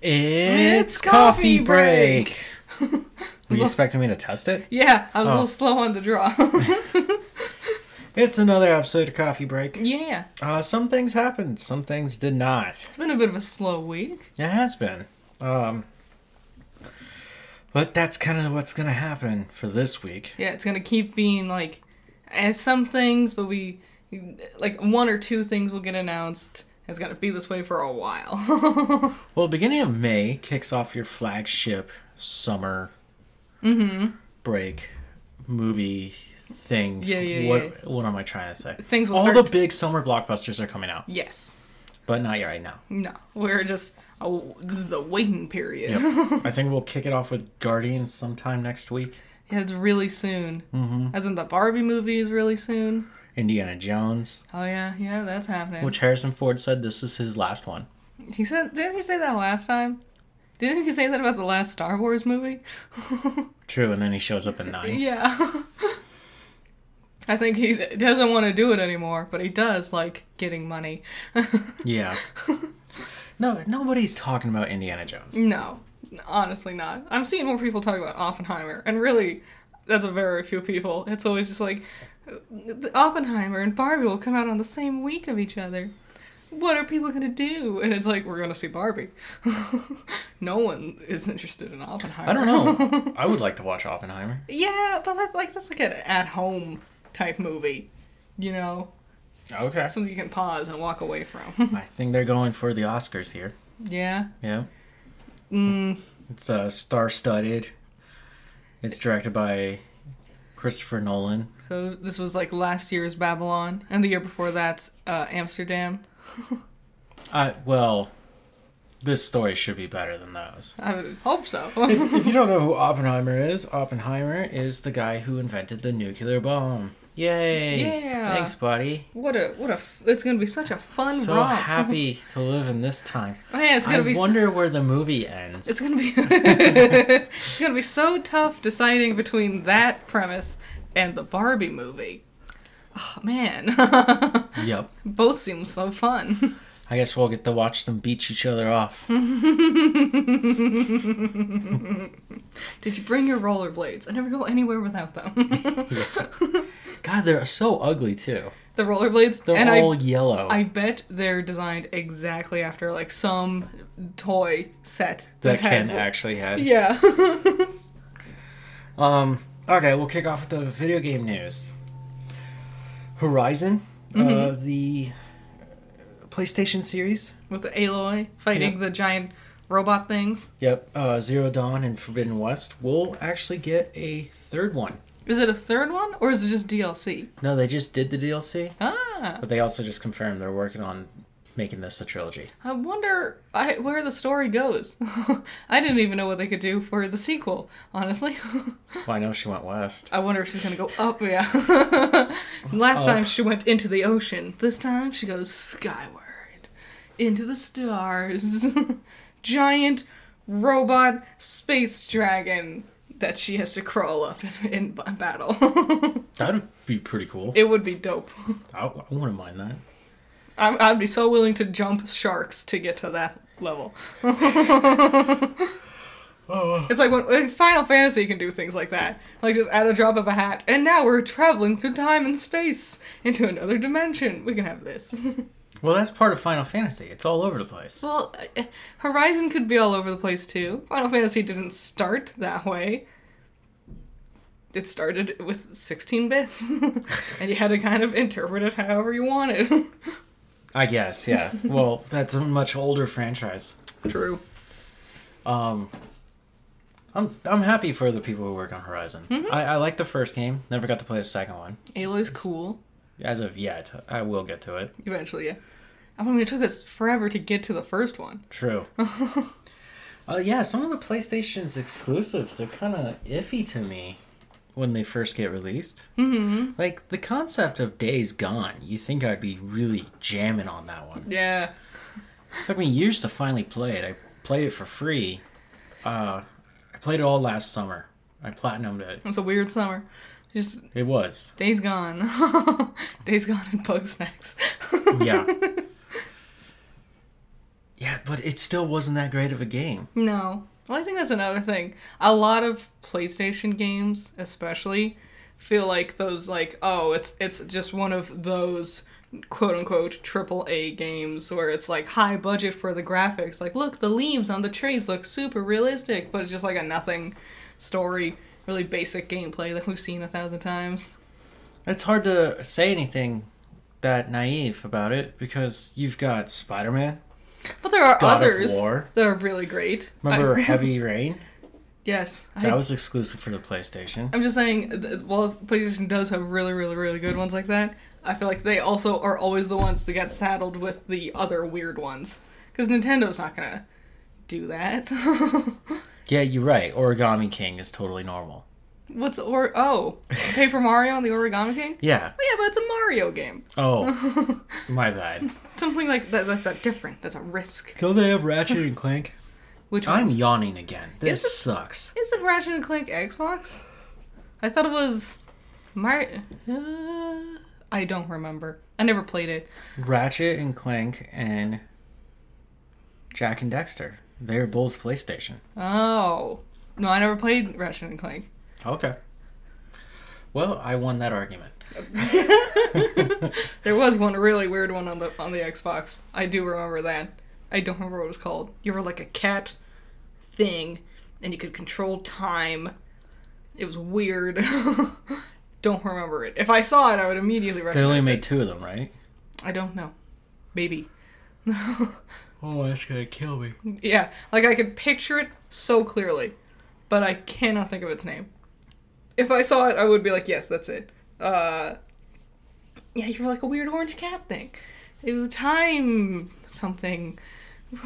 It's coffee coffee break. break. Were you expecting me to test it? Yeah, I was a Oh. little slow on the draw. It's another episode of Coffee Break. yeah, Uh, some things happened, some things did not. it's been a bit of a slow week. It has been. Um, but that's kind of what's going to happen for this week. Yeah, it's gonna keep being like, as some things, but we like one or two things will get announced. It's gonna be this way for a while. Well, beginning of May kicks off your flagship summer Mm-hmm. break movie thing. Yeah, yeah, what, What am I trying to say? Things will All start the to- big summer blockbusters are coming out, yes. but not yet right now. No, we're just. Oh, this is the waiting period. Yep. I think we'll kick it off with Guardians sometime next week. Yeah, it's really soon. Mm-hmm. As in the Barbie movie is really soon. Indiana Jones, Oh yeah, yeah, that's happening. which Harrison Ford said this is his last one. He said, didn't he say that last time? Didn't he say that about the last Star Wars movie? True, and then he shows up in nine. yeah. I think he doesn't want to do it anymore, but he does like getting money. Yeah. No, nobody's talking about Indiana Jones. no, honestly not. I'm seeing more people talk about Oppenheimer, and really, that's a very few people. It's always just like uh, Oppenheimer and Barbie will come out on the same week of each other. What are people gonna do? And it's like we're gonna see Barbie. no one is interested in Oppenheimer. I don't know. I would like to watch Oppenheimer. Yeah, but that, like that's like an at home type movie, you know, Okay. something you can pause and walk away from. I think they're going for the Oscars here. yeah. Yeah. Mm, It's uh, star studded. It's directed by Christopher Nolan. so this was like last year's Babylon, and the year before that's uh, Amsterdam. I, Uh, well, this story should be better than those. I would hope so. If, if you don't know who Oppenheimer is, Oppenheimer is the guy who invented the nuclear bomb. Yay! Yeah. Thanks, buddy. what a what a! F- it's gonna be such a fun so romp. happy to live in this time. Man, it's I gonna be. s- wonder where the movie ends. it's gonna be. it's gonna be so tough deciding between that premise and the Barbie movie. Oh man, Yep. both seem so fun. I guess we'll get to watch them beat each other off. Did you bring your rollerblades? I never go anywhere without them. God, they're so ugly too. the rollerblades, They're and all I, yellow. I bet they're designed exactly after like some toy set that had- Ken actually had. Yeah. Um. Okay, we'll kick off with the video game news. Horizon, uh, Mm-hmm. the PlayStation series. With Aloy fighting Yeah. the giant robot things. Yep. Uh, Zero Dawn and Forbidden West will actually get a third one. Is it a third one or is it just DLC? No, they just did the DLC, Ah, but they also just confirmed they're working on making this a trilogy. I wonder I, where the story goes. I didn't even know what they could do for the sequel, honestly. Well, I know she went west. I wonder if she's gonna go up. Yeah. Last time she went into the ocean. This time she goes skyward, into the stars. Giant robot space dragon that she has to crawl up in, in b- battle. That would be pretty cool. it would be dope. I, I wouldn't mind that. I'm, I'd be so willing to jump sharks to get to that level. It's like when like Final Fantasy can do things like that, like just at a drop of a hat. And now we're traveling through time and space into another dimension. We can have this. Well, that's part of Final Fantasy. It's all over the place. well, uh, Horizon could be all over the place too. Final Fantasy didn't start that way. It started with 16 bits, and you had to kind of interpret it however you wanted. I guess, yeah. well, that's a much older franchise. True. Um, I'm I'm happy for the people who work on Horizon. I, I like the first game. Never got to play the second one Aloy's cool. as of yet. I will get to it. Eventually, yeah. I mean, it took us forever to get to the first one. True. uh, yeah, some of the PlayStation's exclusives they're kind of iffy to me when they first get released. Mm-hmm. Like the concept of Days Gone. You think I'd be really jamming on that one? Yeah. It took me years to finally play it. I played it for free. Uh, I played it all last summer. I platinumed it. It was a weird summer. Just It was. days gone. days gone and bug snacks. Yeah. Yeah, but it still wasn't that great of a game. No. Well, I think that's another thing. A lot of PlayStation games, especially, feel like those like oh, it's it's just one of those quote unquote triple A games where it's like high budget for the graphics. Like, look, the leaves on the trees look super realistic, but it's just like a nothing story, really basic gameplay that we've seen a thousand times. It's hard to say anything that naive about it because you've got Spider Man. But there are God of others War. that are really great. Remember I- Heavy Rain? Yes, I That was exclusive for the PlayStation. I'm just saying, th- while PlayStation does have really, really, really good ones like that, I feel like they also are always the ones that get saddled with the other weird ones. Because Nintendo's not gonna do that. Yeah, you're right. Origami King is totally normal. What's or oh Paper Mario and the Origami King? Yeah. Oh, yeah, but it's a Mario game. Oh, my bad. Something like that. That's a different. That's a risk. Don't they have Ratchet and Clank? Which I'm one's- yawning again. This Is it- sucks. Is it Ratchet and Clank Xbox? I thought it was Mario. Uh, I don't remember. I never played it. Ratchet and Clank and Jack and Dexter. They're both PlayStation. Oh. No, I never played Ratchet and Clank. Okay. Well, I won that argument. There was one really weird one on the on the Xbox. I do remember that. I don't remember what it was called. You were like a cat thing and you could control time. It was weird. don't remember it. If I saw it, I would immediately They recognize only it. made two of them, right? I don't know. Maybe. Oh, that's gonna kill me. yeah, like I could picture it so clearly, but I cannot think of its name. If I saw it, I would be like, yes, that's it. Uh, yeah, you were like a weird orange cat thing. It was a time something.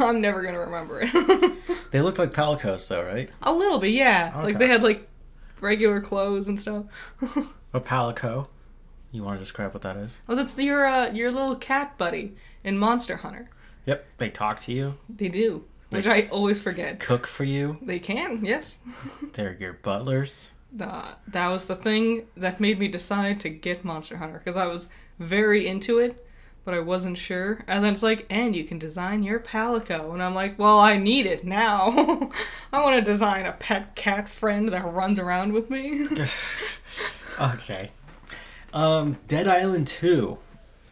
I'm never gonna remember it. They look like Palicos, though, right? a little bit, yeah. Like Okay. they had like regular clothes and stuff. A Palico. You want to describe what that is? oh, that's your uh, your little cat buddy in Monster Hunter. Yep. They talk to you, They do, which I always forget. cook for you. They can, yes. They're your butlers. that that was the thing that made me decide to get Monster Hunter because I was very into it, but I wasn't sure. And then it's like, and you can design your palico, and I'm like, well, I need it now. I want to design a pet cat friend that runs around with me. okay. Um, Dead Island 2,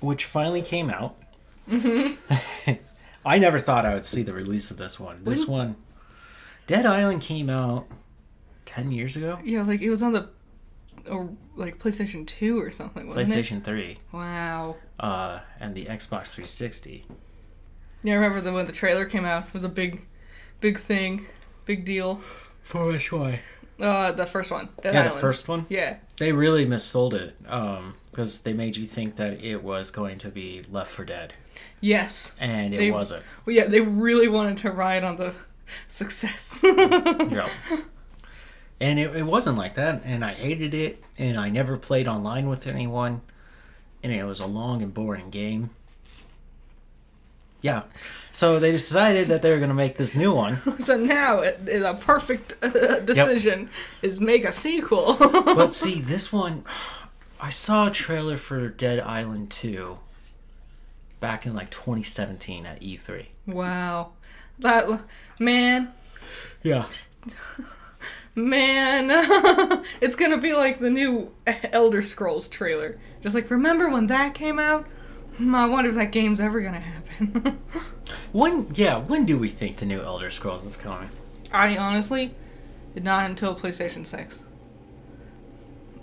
which finally came out. Mm-hmm. I never thought I would see the release of this one. This one, Dead Island came out 10 years ago? yeah, like it was on the, or like PlayStation Two or something, Mm-hmm. wasn't it? PlayStation 3 Wow. uh, and the Xbox 360. Yeah, I remember the when the trailer came out. It was a big, big thing, big deal. For which one? Uh, the first one. Dead Yeah, the Island. first one. Yeah. They really missold it because they made you think that it was going to be Left for Dead, Yes. and it They- wasn't. Well, yeah, they really wanted to ride on the success. No. And it, it wasn't like that, and I hated it, and I never played online with anyone, and it was a long and boring game. Yeah. So they decided that they were going to make this new one, So now it, it- a perfect uh, decision is make a sequel. but see, this one, I saw a trailer for Dead Island 2 back in like 2017 at E E3. wow. That man, Yeah. man. it's going to be like the new Elder Scrolls trailer. Just like remember when that came out? Hmm, I wonder if that game's ever going to happen. When yeah, when do we think the new Elder Scrolls is coming? I honestly not until PlayStation 6.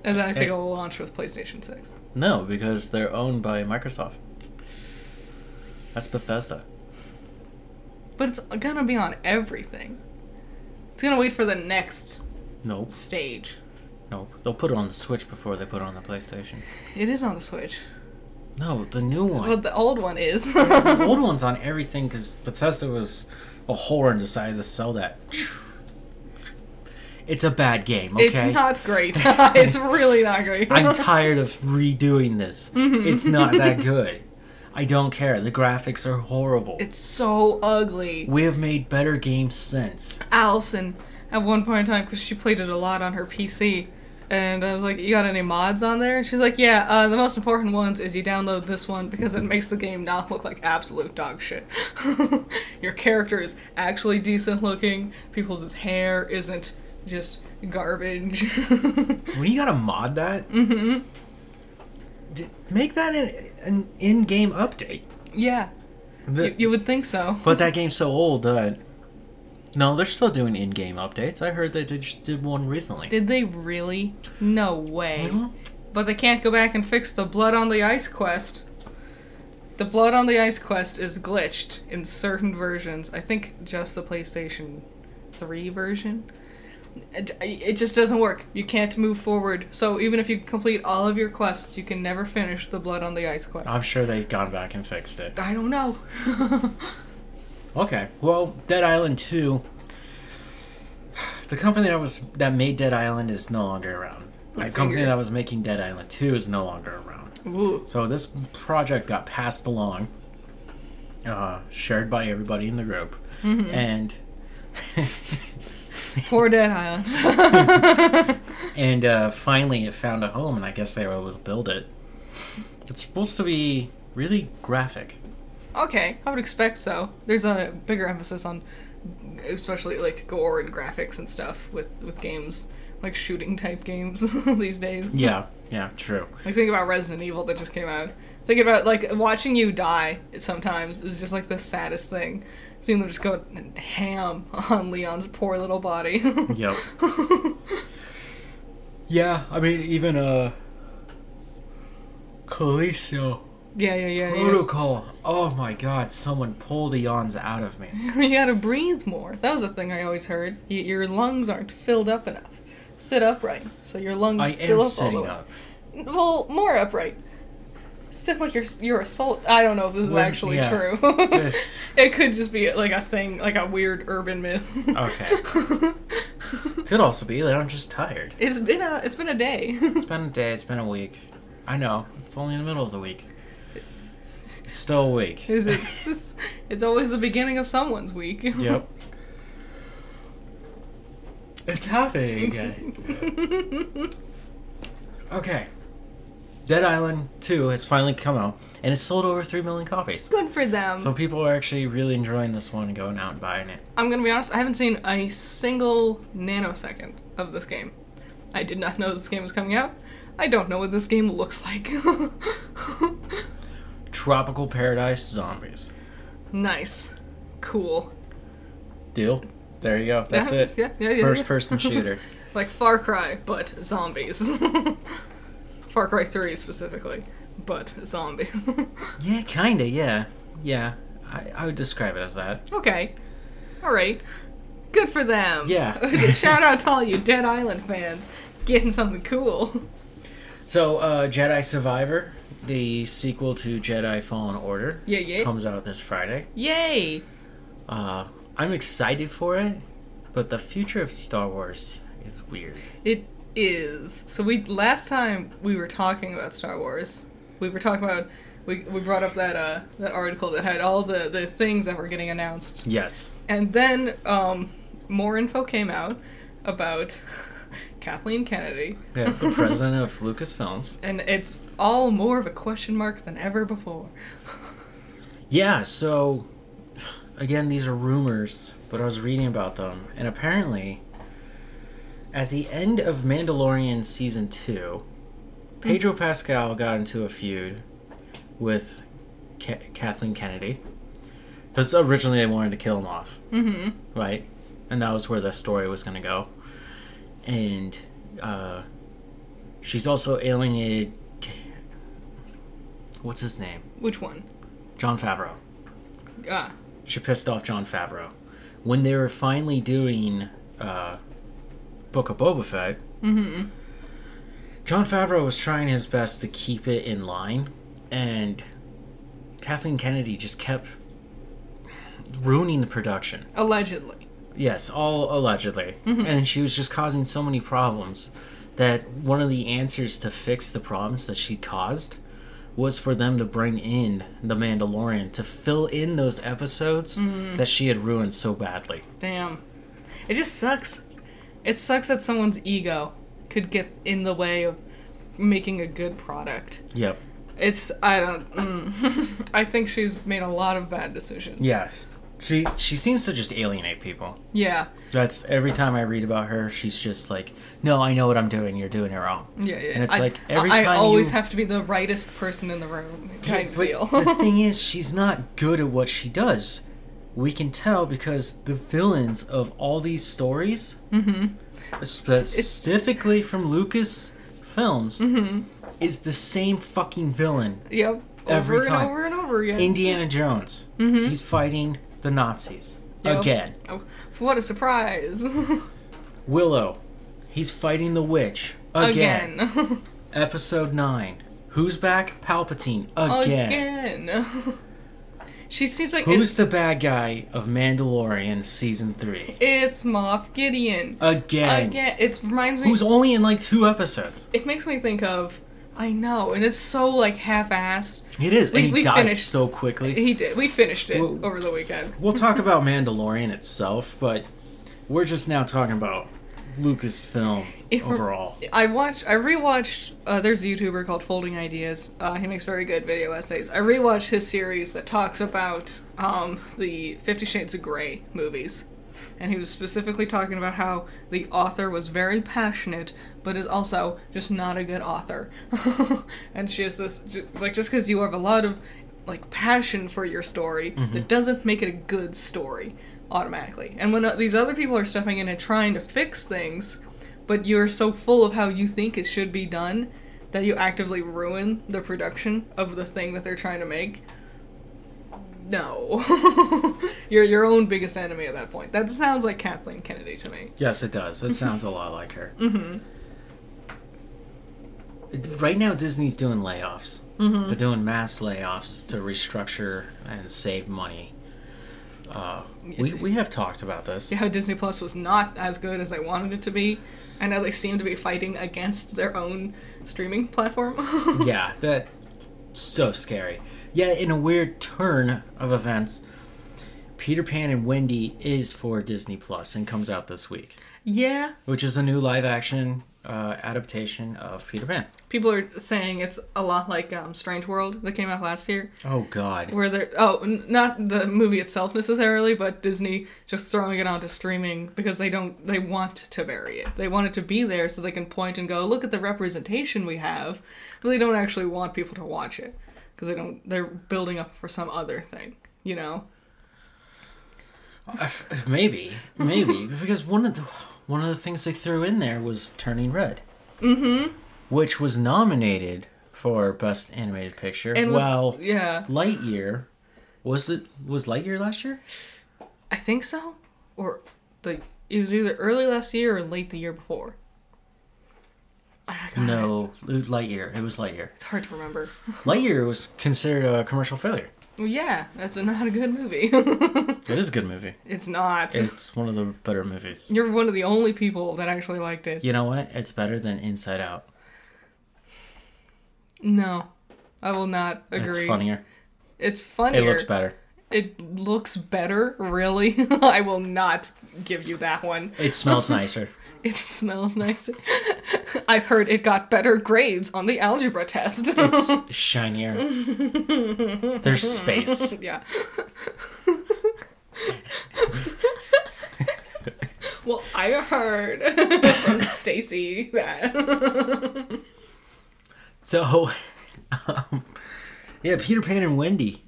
And then I think Hey. it'll launch with PlayStation 6. No, because they're owned by Microsoft. That's Bethesda. But it's gonna be on everything. It's gonna wait for the next Nope. stage. Nope. They'll put it on the Switch before they put it on the PlayStation. It is on the Switch. No, the new one. But the old one is. the old one's on everything because Bethesda was a whore and decided to sell that. It's a bad game, okay? It's not great. it's really not great. I'm tired of redoing this. It's not that good. I don't care. The graphics are horrible. it's so ugly. we have made better games since. Allison, at one point in time, because she played it a lot on her PC, And I was like, "You got any mods on there?" And she's like, "Yeah, uh, the most important ones is you download this one because it makes the game not look like absolute dog shit. Your character is actually decent looking. People's hair isn't just garbage." When you gotta mod that, hmm d- make that an, an in-game update. Yeah, The- you, you would think so. But that game's so old that. No, they're still doing in-game updates. I heard that they just did one recently. Did they really? No way. Mhm. But they can't go back and fix the blood on the ice quest. The blood on the ice quest is glitched in certain versions. I think just the PlayStation 3 version. It, it just doesn't work. You can't move forward. So even if you complete all of your quests, you can never finish the blood on the ice quest. I'm sure they've gone back and fixed it. I don't know. Okay, well, Dead Island 2. The company that was that made Dead Island is no longer around. The I company figured. that was making Dead Island 2 is no longer around. Ooh. So this project got passed along, uh, shared by everybody in the group, and Poor Dead Island. and uh, finally it found a home, and I guess they were able to build it. It's supposed to be really graphic. Okay, I would expect so. There's a bigger emphasis on, especially like gore and graphics and stuff with with games like shooting type games these days. Yeah, yeah, true. Like think about Resident Evil that just came out. Think about like watching you die sometimes is just like the saddest thing. Seeing them just go ham on Leon's poor little body. Yep. Yeah, I mean even uh, Calisto. yeah, yeah, yeah. yeah. Protocol. Oh my god, someone pull the yawns out of me. you gotta breathe more. That was the thing I always heard. Y- your lungs aren't filled up enough. Sit upright, so your lungs I fill am up all the sitting way. up. Well, more upright. Sit like you're you're a sol- I don't know if this is Well, actually yeah. true. This- It could just be like a thing, like a weird urban myth. Okay. Could also be that I'm just tired. it's been a it's been a day. It's been a day, it's been a week. I know, it's only in the middle of the week. It's still a week. Is it- it's, it's, always the beginning of someone's week. Yep. It's happening again. Okay. Dead Island 2 has finally come out, and it's sold over 3 million copies. Good for them. So people are actually really enjoying this one and going out and buying it. I'm gonna be honest. I haven't seen a single nanosecond of this game. I did not know this game was coming out. I don't know what this game looks like. Tropical Paradise Zombies. nice, cool. Deal. There you go. That's Yeah, it. yeah, yeah, yeah, First yeah. person shooter. Like Far Cry, but zombies. Far Cry 3 specifically, but zombies. yeah, kinda, yeah. Yeah. I, I would describe it as that. okay. Alright. Good for them. Yeah. Shout out to all you Dead Island fans getting something cool. So, uh, Jedi Survivor, the sequel to Jedi Fallen Order, Yeah, yeah. comes out this Friday. Yay! Uh, I'm excited for it, but the future of Star Wars is weird. It is. So we last time we were talking about Star Wars. We were talking about we, we brought up that uh that article that had all the, the things that were getting announced Yes. And then um, more info came out about Kathleen Kennedy. Yeah, the president of Lucasfilms. And it's all more of a question mark than ever before. Yeah, so again, these are rumors, but I was reading about them, and apparently, at the end of Mandalorian season two, Pedro Pascal got into a feud with Ca Kathleen Kennedy because originally they wanted to kill him off, Mm-hmm. right? And that was where the story was going to go. And uh, she's also alienated. Ca- What's his name? Which one? John Favreau. Ah, She pissed off John Favreau. When they were finally doing uh, Book of Boba Fett, mm-hmm. John Favreau was trying his best to keep it in line, and Kathleen Kennedy just kept ruining the production. Allegedly. Yes, all allegedly. And she was just causing so many problems that one of the answers to fix the problems that she caused was for them to bring in the Mandalorian to fill in those episodes that she had ruined so badly. Damn. It just sucks. It sucks that someone's ego could get in the way of making a good product. Yep. It's I don't. Mm. I think she's made a lot of bad decisions. Yeah. She she seems to just alienate people. Yeah. That's every time I read about her, she's just like, "No, I know what I'm doing. You're doing it wrong." Yeah, yeah. And it's I, like every I, I time always you- have to be the rightest person in the room, kind of But deal. the thing is, she's not good at what she does. We can tell because the villains of all these stories, Mm-hmm. specifically from Lucas films, is the same fucking villain. yep. Every over time. and over and over again. Indiana Jones. He's fighting the Nazis Yep. again. Oh, what a surprise! Willow. He's fighting the witch again. Again. Episode nine. Who's back? Palpatine again. Again. she seems like Who's it's, the bad guy of Mandalorian season three? it's Moff Gideon. Again. Again, it reminds me. Who's only in like two episodes. it makes me think of. I know, and it's so like half-assed. It is, We- and he we dies finished- so quickly. He did. We finished it Well- over the weekend. We'll talk about Mandalorian itself, but we're just now talking about Lucasfilm If we're- overall. I watched, I rewatched. Uh, there's a YouTuber called Folding Ideas. Uh, he makes very good video essays. I rewatched his series that talks about um, the Fifty Shades of Grey movies, and he was specifically talking about how the author was very passionate, but is also just not a good author. and she has this ju- like just because you have a lot of like passion for your story, that doesn't make it a good story automatically. And when uh, these other people are stepping in and trying to fix things but you're so full of how you think it should be done that you actively ruin the production of the thing that they're trying to make. No. you're your own biggest enemy at that point. That sounds like Kathleen Kennedy to me. Yes, it does. It sounds a lot like her. Mm-hmm. Right now, Disney's doing layoffs. Mm-hmm. They're doing mass layoffs to restructure and save money. Uh, we, Yes. we have talked about this. How Disney Plus was not as good as I wanted it to be, and now they seem to be fighting against their own streaming platform. yeah, that so scary. Yeah, in a weird turn of events, Peter Pan and Wendy is for Disney Plus and comes out this week, yeah, which is a new live action uh, adaptation of Peter Pan. people are saying it's a lot like um, Strange World that came out last year. Oh God. where they're oh n- not the movie itself necessarily but disney just throwing it onto streaming because they don't they want to bury it they want it to be there so they can point and go look at the representation we have but they don't actually want people to watch it because they don't they're building up for some other thing you know Uh, maybe, maybe because one of the one of the things they threw in there was Turning Red, mm-hmm. which was nominated for Best Animated Picture. and was, well, yeah Lightyear was it was Lightyear last year? i think so or the it was either early last year or late the year before I got it. No, it was Lightyear. It was Lightyear. it's hard to remember Lightyear was considered a commercial failure. well, yeah that's not a good movie It is a good movie. it's not It's one of the better movies. You're one of the only people that actually liked it. You know what? It's better than Inside Out. No, I will not agree. It's funnier. It's funnier. It looks better. It looks better, really. I will not give you that one. It smells nicer. It smells nice. I've heard it got better grades on the algebra test. It's shinier. There's space. yeah. well, I heard from Stacy that. So, um, yeah, Peter Pan and Wendy.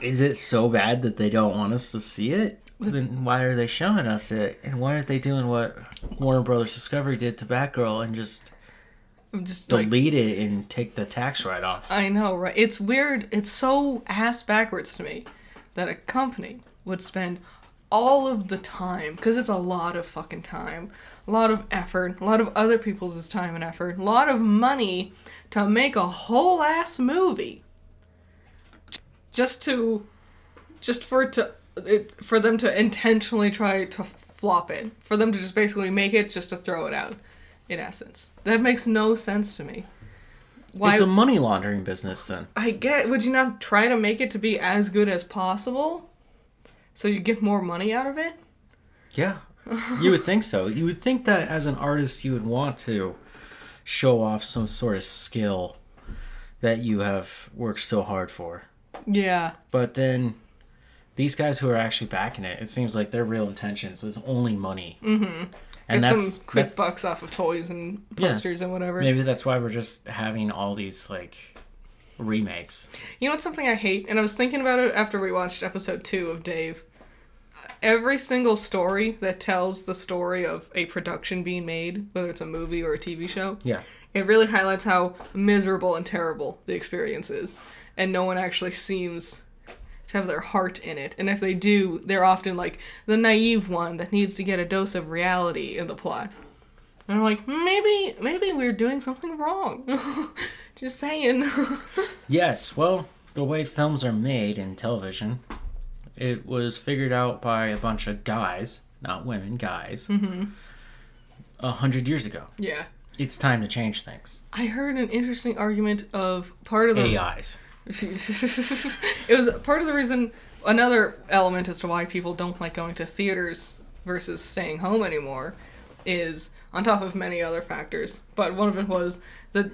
Is it so bad that they don't want us to see it? Then why are they showing us it? And why aren't they doing what Warner Brothers Discovery did to Batgirl and just I'm just like, uh, delete it and take the tax write off? I know, right? It's weird. It's so ass backwards to me that a company would spend all of the time, because it's a lot of fucking time, a lot of effort, a lot of other people's time and effort, a lot of money to make a whole ass movie. Just to, just for it to, it, for them to intentionally try to flop it, for them to just basically make it just to throw it out, in essence. That makes no sense to me. Why It's a money laundering business then. I get. Would you not try to make it to be as good as possible, so you get more money out of it? Yeah. You would think so. You would think that as an artist, you would want to show off some sort of skill that you have worked so hard for. Yeah. But then these guys who are actually backing it, it seems like their real intentions is only money. Mm-hmm. And Get that's, some quick that's- bucks off of toys and Yeah. posters and whatever. maybe that's why we're just having all these like remakes. You know what's something I hate? And I was thinking about it after we watched episode two of Dave. Every single story that tells the story of a production being made, whether it's a movie or a TV show, Yeah. it really highlights how miserable and terrible the experience is. And no one actually seems to have their heart in it. And if they do, they're often like the naive one that needs to get a dose of reality in the plot. And I'm like, maybe maybe we're doing something wrong. Just saying. Yes, well, the way films are made in television, it was figured out by a bunch of guys, not women, guys, a hundred years ago. yeah. It's time to change things. I heard an interesting argument of part of the. AIs. it was part of the reason. Another element as to why people don't like going to theaters versus staying home anymore is on top of many other factors, but one of it was the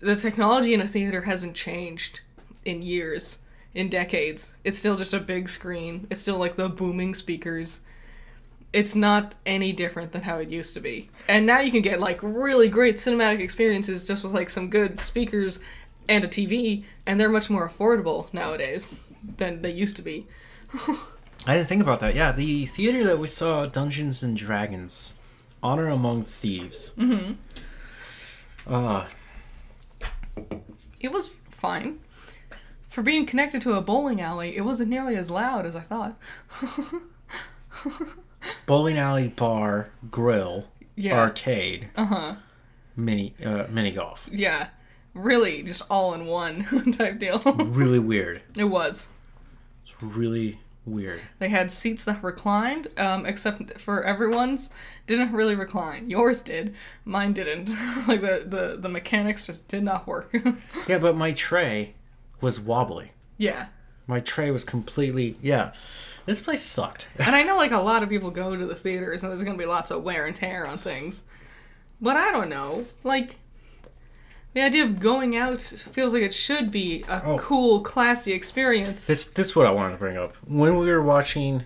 the technology in a theater hasn't changed in years, in decades. It's still just a big screen. It's still like the booming speakers. It's not any different than how it used to be. And now you can get like really great cinematic experiences just with like some good speakers and a TV, and they're much more affordable nowadays than they used to be. I didn't think about that. Yeah, the theater that we saw Dungeons and Dragons, Honor Among Thieves. Mm-hmm. Uh, It was fine. For being connected to a bowling alley, it wasn't nearly as loud as I thought. bowling alley, bar, grill, Yeah. arcade, Uh huh. mini uh, mini golf. Yeah. Really, just all in one type deal. Really weird. it was. It's really weird. They had seats that reclined, um, except for everyone's didn't really recline. Yours did, mine didn't. like the, the the mechanics just did not work. Yeah, but my tray was wobbly. yeah, My tray was completely yeah. This place sucked. and I know like a lot of people go to the theaters, and there's gonna be lots of wear and tear on things. But I don't know, like. The idea of going out feels like it should be a Oh. cool, classy experience. This this is what I wanted to bring up. When we were watching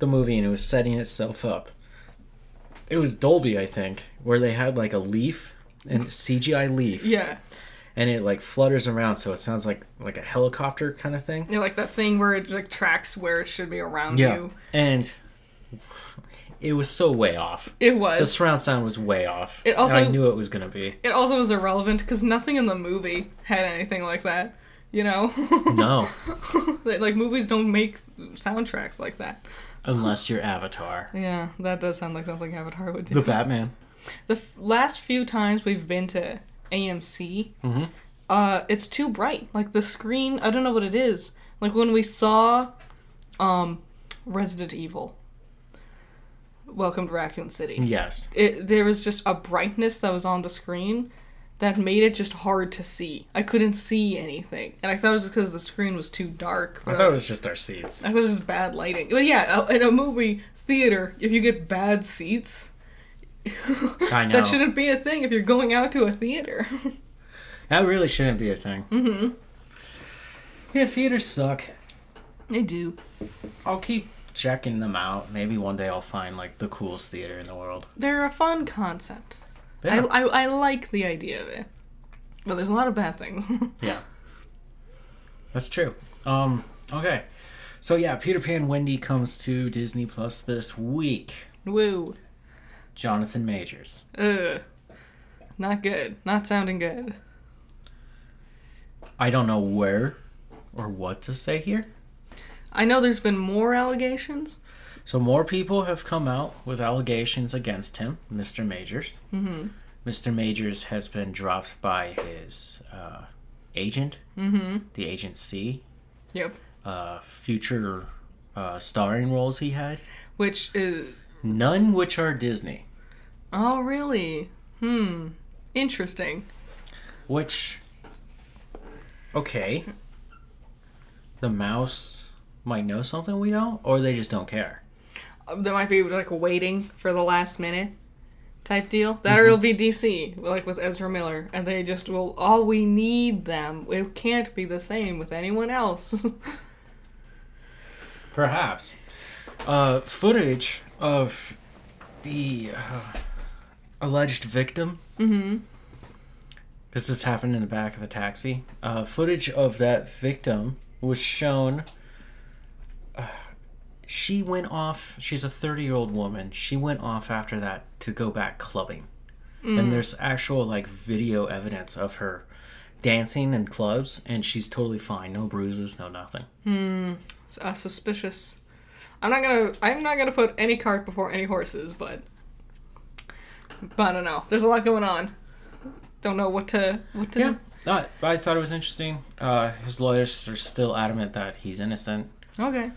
the movie and it was setting itself up, it was Dolby, I think, where they had like a leaf and CGI leaf, yeah, and it like flutters around, so it sounds like like a helicopter kind of thing. you know, like that thing where it like tracks where it should be around you. and it was so way off. It The was. surround sound was way off. It also- and I knew it was gonna be. It also was irrelevant because nothing in the movie had anything like that. You know, No, Like- like movies don't make soundtracks like that. unless you're Avatar, Yeah, that does sound like something Avatar would do. the Batman. the f- last few times we've been to AMC, uh, it's too bright. Like the screen, I don't know what it is. Like when we saw, um, Resident Evil. Welcome to Raccoon City. Yes, it there was just a brightness that was on the screen that made it just hard to see. I couldn't see anything, and I thought it was because the screen was too dark. I but- thought it was just our seats. I thought it was just bad lighting. But yeah, a- in a movie theater, if you get bad seats, I know that shouldn't be a thing. If you're going out to a theater, That really shouldn't be a thing. Mm-hmm. Yeah, theaters suck. they do. I'll keep checking them out. Maybe one day I'll find like the coolest theater in the world. They're a fun concept. Yeah. I, I I like the idea of it, but there's a lot of bad things. yeah. That's true. Um, okay. So yeah, Peter Pan Wendy comes to Disney Plus this week. Woo. Jonathan Majors. Ugh. Not good. Not sounding good. I don't know where or what to say here. I know there's been more allegations. So more people have come out with allegations against him, Mr. Majors. Mm-hmm. Mr. Majors has been dropped by his uh, agent, mm-hmm. the agency, Yep. uh, future uh, starring roles he had, Which is none which are Disney. oh really? Hmm. Interesting. Which, okay, the mouse might know something we don't, or they just don't care. Uh, that might be like waiting for the last minute type deal. That or it'll be DC, like with Ezra Miller, and they just will. All we need them. It can't be the same with anyone else. Perhaps. Uh, footage of the uh, alleged victim. mm-hmm. This has happened in the back of a taxi. Uh, footage of that victim was shown. Uh, she went off. She's a 30 year old woman. She went off after that to go back clubbing. And there's actual, like, video evidence of her dancing in clubs, and she's totally fine. No bruises, no nothing. Uh, suspicious. I'm not gonna. I'm not gonna put any cart before any horses, but. But I don't know. There's a lot going on. Don't know what to. What to. Yeah. Uh, I thought it was interesting. Uh, his lawyers are still adamant that he's innocent. Okay.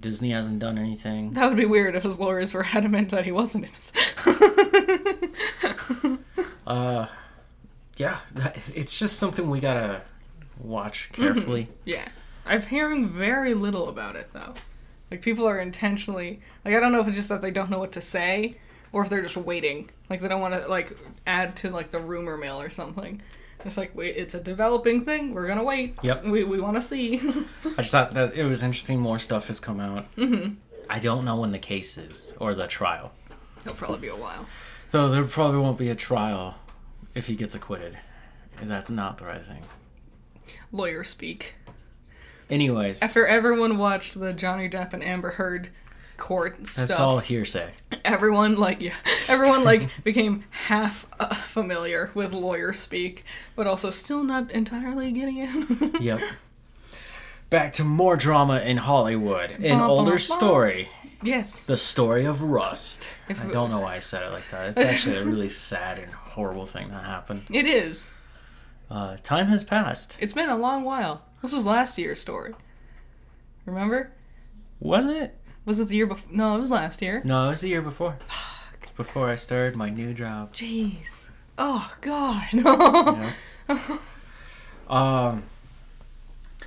Disney hasn't done anything. That would be weird if his lawyers were adamant that he wasn't innocent. Uh, yeah, that- it's just something we gotta watch Mm-hmm. carefully. yeah. I'm hearing very little about it though. Like people are intentionally like I don't know if it's just that they don't know what to say or if they're just waiting. Like they don't want to like add to like the rumor mill or something. It's like wait, it's a developing thing. We're gonna wait. Yep. We we want to see. I just thought that it was interesting. More stuff has come out. Mm-hmm. I don't know when the case is or the trial. It'll probably be a while. Though there probably won't be a trial if he gets acquitted. That's not the right thing. Lawyer speak. Anyways, After everyone watched the Johnny Depp and Amber Heard court stuff, that's all hearsay. everyone like yeah everyone like became half uh, familiar with lawyer speak but also still not entirely getting it Yep. Back to more drama in Hollywood. An Bum, bum, older bum. story. yes The story of Rust. If- I don't know why I said it like that. It's actually a really sad and horrible thing that happened. it is Uh, time has passed. it's been a long while this was last year's story remember Was it? was it the year before no it was last year No, it was the year before. Before I started my new job. jeez oh god Yeah. Um,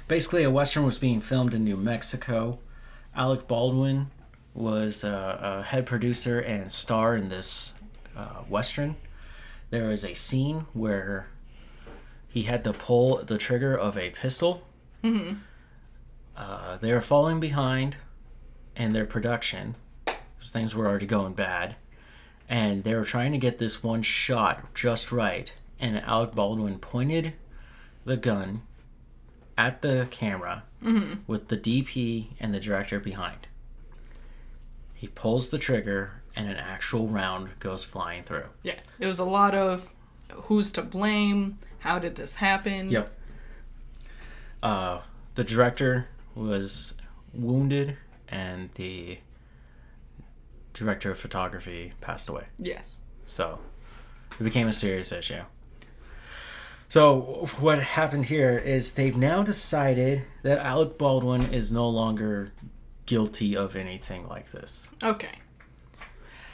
basically, a western was being filmed in New Mexico. Alec Baldwin was uh, a head producer and star in this uh, western. There is a scene where he had to pull the trigger of a pistol. Uh, they were falling behind in their production 'cause things were already going bad and they were trying to get this one shot just right. And Alec Baldwin pointed the gun at the camera with the DP and the director behind. He pulls the trigger, and an actual round goes flying through. yeah it was a lot of who's to blame how did this happen Uh, the director was wounded, and the director of photography passed away. yes So it became a serious issue. So what happened here is they've now decided that Alec Baldwin is no longer guilty of anything like this. okay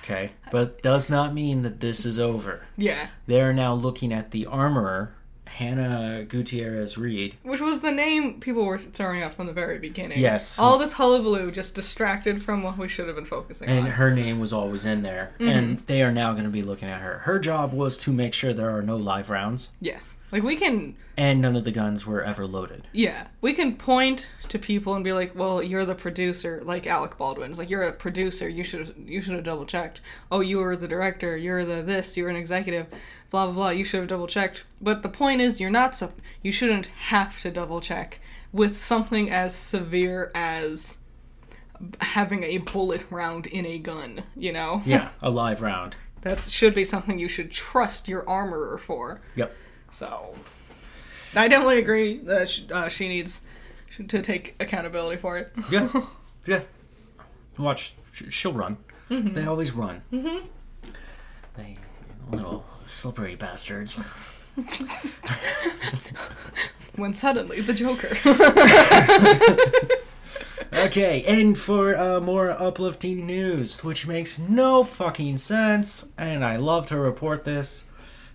Okay? But does not mean that this is over. yeah They're now looking at the armorer, Hannah Gutierrez Reed. Which was the name people were throwing out from the very beginning. Yes. All this hullabaloo just distracted from what we should have been focusing And on. her name was always in there. And they are now going to be looking at her. Her job was to make sure there are no live rounds yes. Like we can and none of the guns were ever loaded. yeah, we can point to people and be like, "Well, you're the producer," like Alec Baldwin. It's like you're a producer, you should you should have double checked. Oh, you were the director, you're the this, you're an executive, blah blah blah, you should have double checked. But the point is you're not so you shouldn't have to double check with something as severe as having a bullet round in a gun, you know? Yeah, a live round. That should be something you should trust your armorer for. Yep. So, I definitely agree that she, uh, she needs to take accountability for it. Yeah, yeah. Watch, sh- she'll run. They always run. Mm-hmm. They little slippery bastards. When suddenly the Joker. okay, and for uh, more uplifting news, which makes no fucking sense, and I love to report this.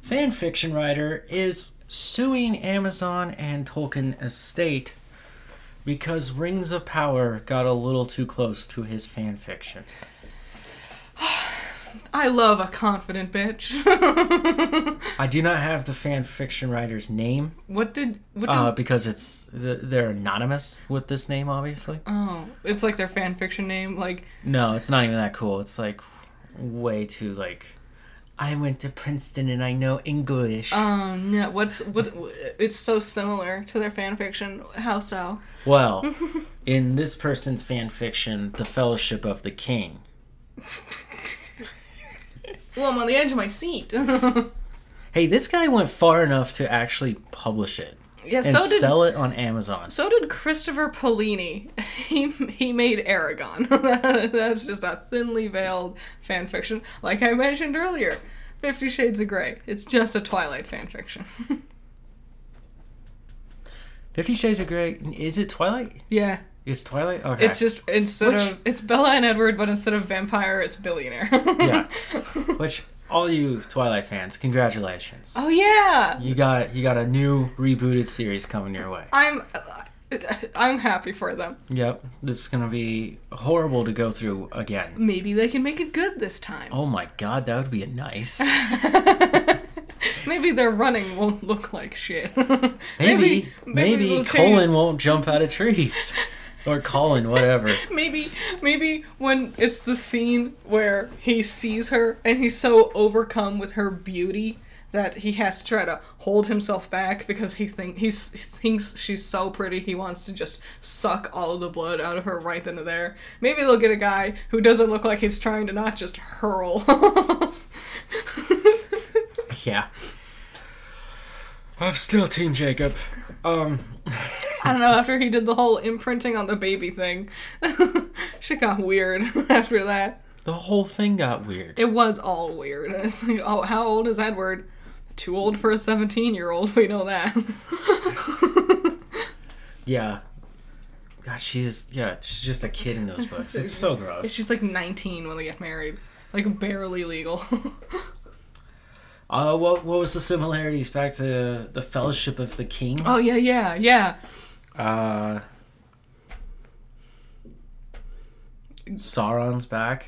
Fan fiction writer is suing Amazon and Tolkien Estate because Rings of Power got a little too close to his fan fiction. I love a confident bitch. I do not have the fan fiction writer's name what did what did, uh, because it's th- they're anonymous with this name, obviously. Oh, it's like their fan fiction name like No, it's not even that cool. It's like way too like. I went to Princeton and I know English. oh no, what's what it's so similar to their fan fiction. How so? well, in this person's fan fiction, the Fellowship of the King. Well, I'm on the edge of my seat. Hey, this guy went far enough to actually publish it yeah, so and did sell it on Amazon. so did Christopher Polini. He he made Aragon. That's just a thinly veiled fan fiction, like I mentioned earlier. Fifty Shades of Grey. It's just a Twilight fan fiction. Fifty Shades of Grey. Is it Twilight? yeah, It's Twilight. Okay. it's just instead Which- of it's Bella and Edward, but instead of vampire, it's billionaire. Yeah. Which all you Twilight fans, congratulations. oh yeah, You got you got a new rebooted series coming your way. I'm uh, I'm happy for them. Yep, this is gonna be horrible to go through again. Maybe they can make it good this time. Oh my god, that would be nice. maybe their running won't look like shit. Maybe maybe, we'll change- Colin won't jump out of trees. or Colin, whatever. Maybe maybe when it's the scene where he sees her and he's so overcome with her beauty that he has to try to hold himself back because he think he's, he thinks she's so pretty he wants to just suck all of the blood out of her right then and there. Maybe they'll get a guy who doesn't look like he's trying to not just hurl. Yeah. I'm still Team Jacob. Um I don't know, after he did the whole imprinting on the baby thing, shit got weird after that. the whole thing got weird. It was all weird. It's like, oh, how old is Edward? Too old for a 17 year old, we know that. Yeah. God, she is yeah, she's just a kid in those books. It's so gross. She's like 19 when they get married, like barely legal. Uh, what what was the similarities back to the Fellowship of the King? oh, yeah, yeah, yeah. Uh, Sauron's back.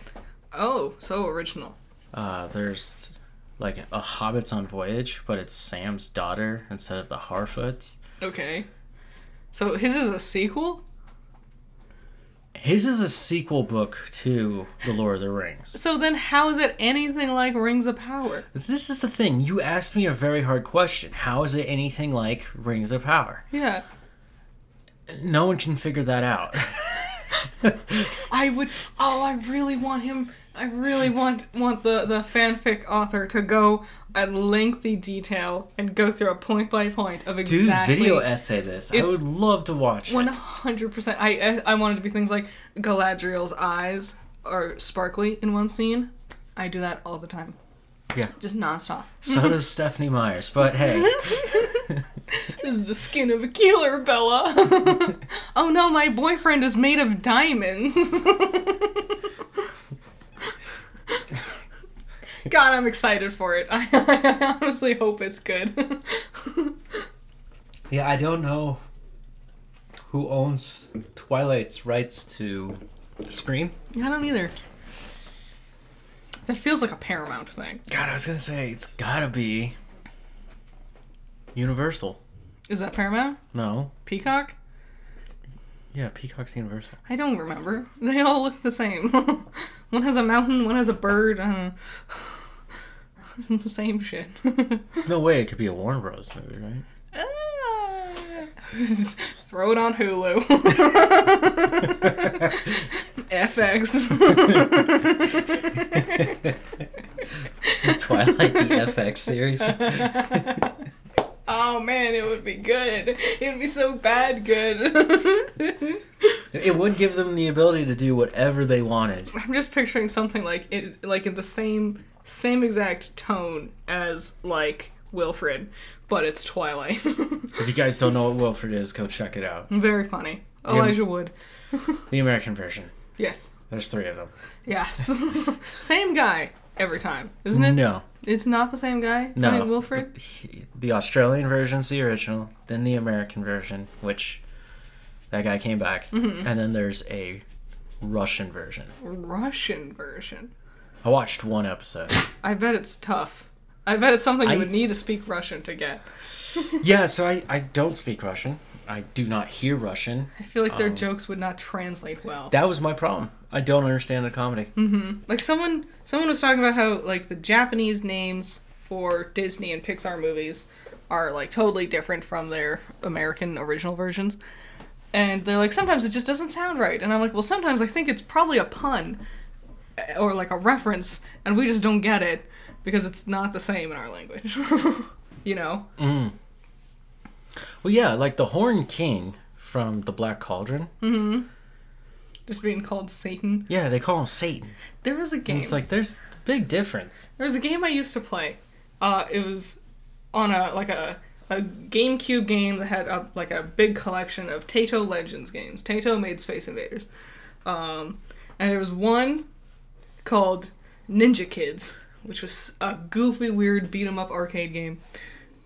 Oh, so original. Uh, there's like a Hobbit's on voyage, but it's Sam's daughter instead of the Harfoots. Okay. So his is a sequel? His is a sequel book to The Lord of the Rings. So then how is it anything like Rings of Power? This is the thing. You asked me a very hard question. How is it anything like Rings of Power? Yeah. No one can figure that out. I would. Oh, I really want him. I really want want the the fanfic author to go at lengthy detail and go through a point by point of Dude, exactly. video essay this. I It- would love to watch One it. hundred percent. I I I wanted to be things like Galadriel's eyes are sparkly in one scene. I do that all the time. Yeah. Just nonstop. So does Stephanie Myers. But hey, This is the skin of a killer, Bella. oh no, my boyfriend is made of diamonds. God, I'm excited for it. I, honestly hope it's good. Yeah, I don't know who owns Twilight's rights to Scream. I don't either. That feels like a Paramount thing. God, I was gonna say it's gotta be Universal. Is that Paramount? No, Peacock? yeah, Peacock's Universal. I don't remember. They all look the same. one has a mountain, one has a bird. I don't know. It's the same shit. There's no way it could be a Warner Bros. movie, right? Ah. Throw it on Hulu. FX. Twilight the FX series. oh man, it would be good. It would be so bad good. It would give them the ability to do whatever they wanted. I'm just picturing something like it, like in the same same exact tone as like Wilfred, but it's Twilight. If you guys don't know what Wilfred is, go check it out. Very funny. Elijah Wood. The American version. Yes. There's three of them. Yes. same guy every time, isn't it? No, It's not the same guy no. playing Wilfred. The, the Australian version's the original, then the American version, which that guy came back, and then there's a Russian version. Russian version. I watched one episode. I bet it's tough. I bet it's something you I- would need to speak Russian to get. yeah, so I, I don't speak Russian. I do not hear Russian. I feel like their Oh. jokes would not translate well. That was my problem. I don't understand the comedy. like someone someone was talking about how like the Japanese names for Disney and Pixar movies are like totally different from their American original versions. And they're like sometimes it just doesn't sound right. And I'm like, well sometimes I think it's probably a pun eh, or like a reference and we just don't get it because it's not the same in our language. you know? Well, yeah, like the Horn King from the Black Cauldron. Just being called Satan. Yeah, they call him Satan. There was a game. It's like there's a big difference. There was a game I used to play. Uh, it was on a like a a GameCube game that had a, like a big collection of Taito Legends games. Taito made Space Invaders, um, and there was one called Ninja Kids, which was a goofy, weird beat 'em up arcade game,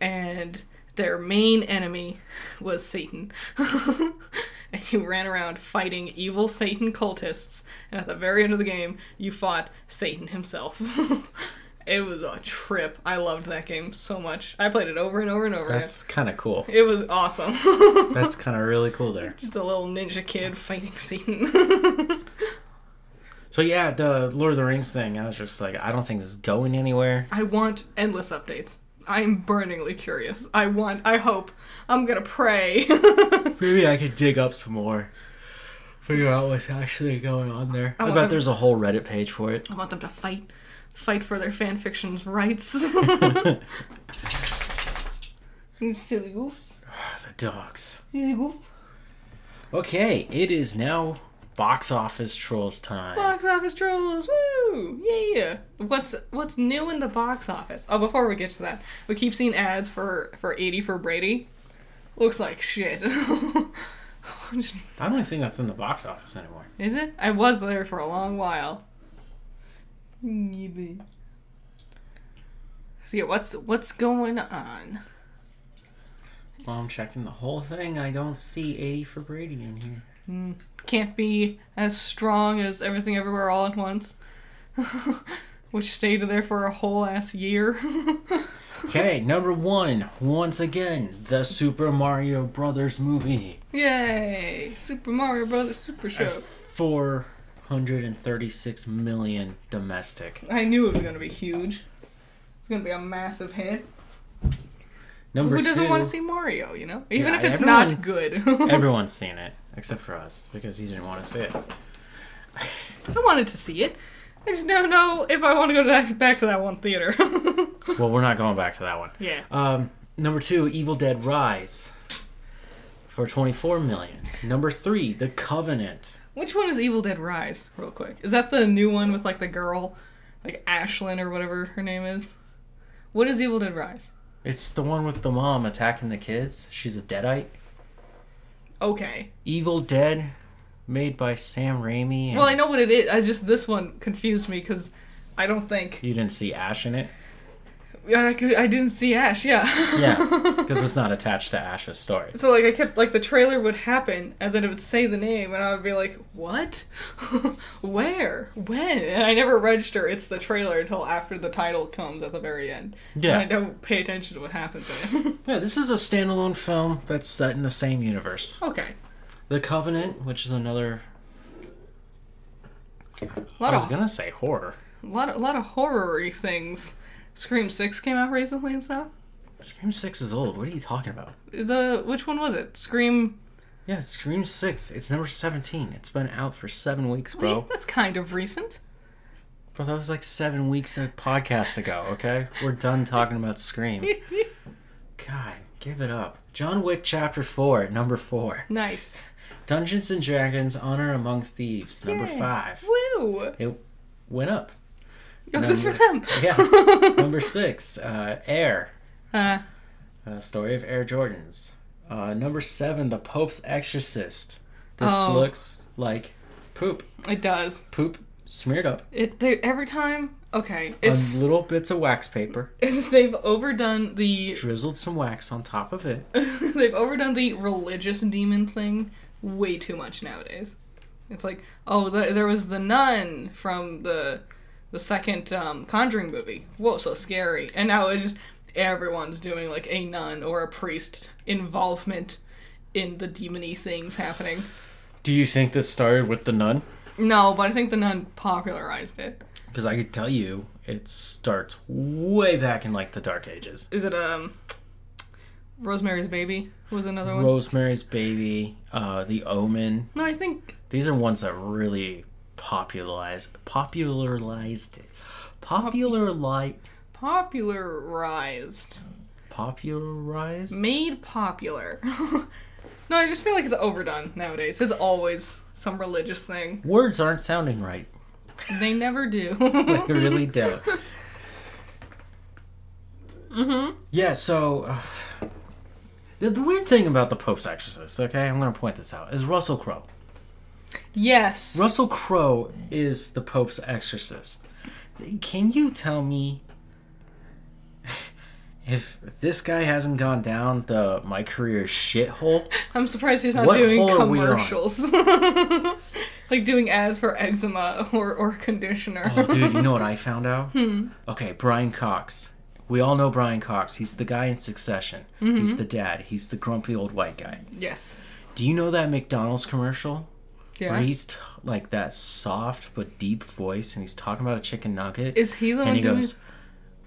and their main enemy was Satan. and you ran around fighting evil Satan cultists, and at the very end of the game, you fought Satan himself. it was a trip. I loved that game so much. I played it over and over and over That's kind of cool. again. It was awesome. That's kind of really cool there. Just a little ninja kid fighting Satan. So yeah, the Lord of the Rings thing, I was just like, I don't think this is going anywhere. I want endless updates. I'm burningly curious. I want, I hope, I'm gonna pray. Maybe I could dig up some more, figure out what's actually going on there. I, want bet them- there's a whole Reddit page for it. I want them to fight, fight for their fan fiction's rights. you silly goofs. The dogs. Silly goof. Okay, it is now box office trolls time. Box office trolls, woo! Yeah. What's what's new in the box office? Oh, before we get to that, we keep seeing ads for for 80 for Brady. Looks like shit. I don't think that's in the box office anymore. Is it? I was there for a long while. Maybe. So yeah, what's what's going on? Well, I'm checking the whole thing. I don't see 80 for Brady in here. Can't be as strong as everything everywhere all at once. Which stayed there for a whole ass year. Okay, number one, once again, the Super Mario Brothers movie. Yay! Super Mario Brothers Super At Show. 436 million domestic. I knew it was gonna be huge. It's gonna be a massive hit. Number Who doesn't two, want to see Mario, you know? Even Yeah, if it's everyone- not good. Everyone's seen it, except for us, because he didn't want to see it. I wanted to see it. I just don't know if I want to go to that, back to that one theater. Well, we're not going back to that one. yeah. Um, number two, Evil Dead Rise for 24 million. Number three, The Covenant. Which one is Evil Dead Rise, real quick? Is that the new one with like the girl, like Ashlyn or whatever her name is? What is Evil Dead Rise? It's the one with the mom attacking the kids. She's a deadite. Okay. Evil Dead, made by Sam Raimi. And Well, I know what it is. I just this one confused me because I don't think You didn't see Ash in it? I could. I didn't see Ash. Yeah. Yeah, because it's not attached to Ash's story. so like I kept like the trailer would happen and then it would say the name and I would be like, what? Where? When? And I never register it's the trailer until after the title comes at the very end. Yeah. And I don't pay attention to what happens in it. Yeah, this is a standalone film that's set in the same universe. okay. The Covenant, which is another, A I lot was of gonna say horror. a lot of, a lot of horror things. Scream Six came out recently and stuff. Scream 6 is old. What are you talking about? The which one was it? Scream. Yeah, Scream 6. It's number 17. It's been out for seven weeks, Wait, bro. that's kind of recent. Bro, that was like seven weeks of podcast ago, okay? We're done talking about Scream. God, give it up. John Wick Chapter 4, number 4. nice. Dungeons and Dragons Honor Among Thieves, number Yay. 5. Woo. Oh, Went up. good for them. Yeah. number 6, uh, Air. Uh, Uh, story of Air Jordans. Uh, number 7, The Pope's Exorcist. This Oh. looks like poop. it does. Poop smeared up. It they, every time. Okay, on it's little bits of wax paper, they've overdone the drizzled some wax on top of it. they've overdone the religious demon thing way too much nowadays. It's like, oh, the, there was the nun from the the second um, Conjuring movie. Whoa, so scary. And now it's just everyone's doing like a nun or a priest involvement in the demony things happening. Do you think this started with the nun? No, but I think the nun popularized it. Because I could tell you, it starts way back in like the Dark Ages. Is it um Rosemary's Baby was another one? Rosemary's Baby, uh, The Omen. no, I think These are ones that really popularized popularized it. Popularized popularized. popularized. Made popular. no, I just feel like it's overdone nowadays. It's always some religious thing. Words aren't sounding right. They never do. I really don't. Yeah, so uh, the, the weird thing about the Pope's Exorcist, okay, I'm going to point this out, is Russell Crowe. Yes. Russell Crowe is the Pope's exorcist. Can you tell me if this guy hasn't gone down the my career shithole? I'm surprised he's not What doing hole are we on? commercials. like doing ads for eczema or, or conditioner. Oh, dude, you know what I found out? Okay, Brian Cox. We all know Brian Cox. He's the guy in Succession. He's the dad. He's the grumpy old white guy. yes. Do you know that McDonald's commercial Yeah. where he's t- like that soft but deep voice and he's talking about a chicken nugget Is he the and one he doing? goes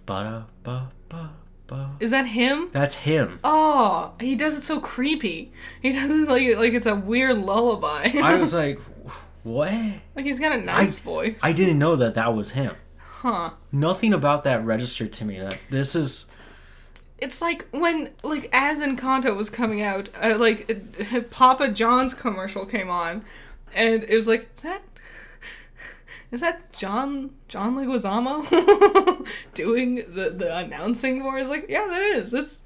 ba ba ba ba Is that him? That's him. Oh, he does it so creepy. He does it like like it's a weird lullaby. I was like, what? like he's got a nice voice. I didn't know that that was him. huh. Nothing about that registered to me. That this is It's like when like as Encanto was coming out, uh, like uh, Papa John's commercial came on, and it was like is that. Is that John John Leguizamo doing the, the announcing for? It's like, yeah, that is. It's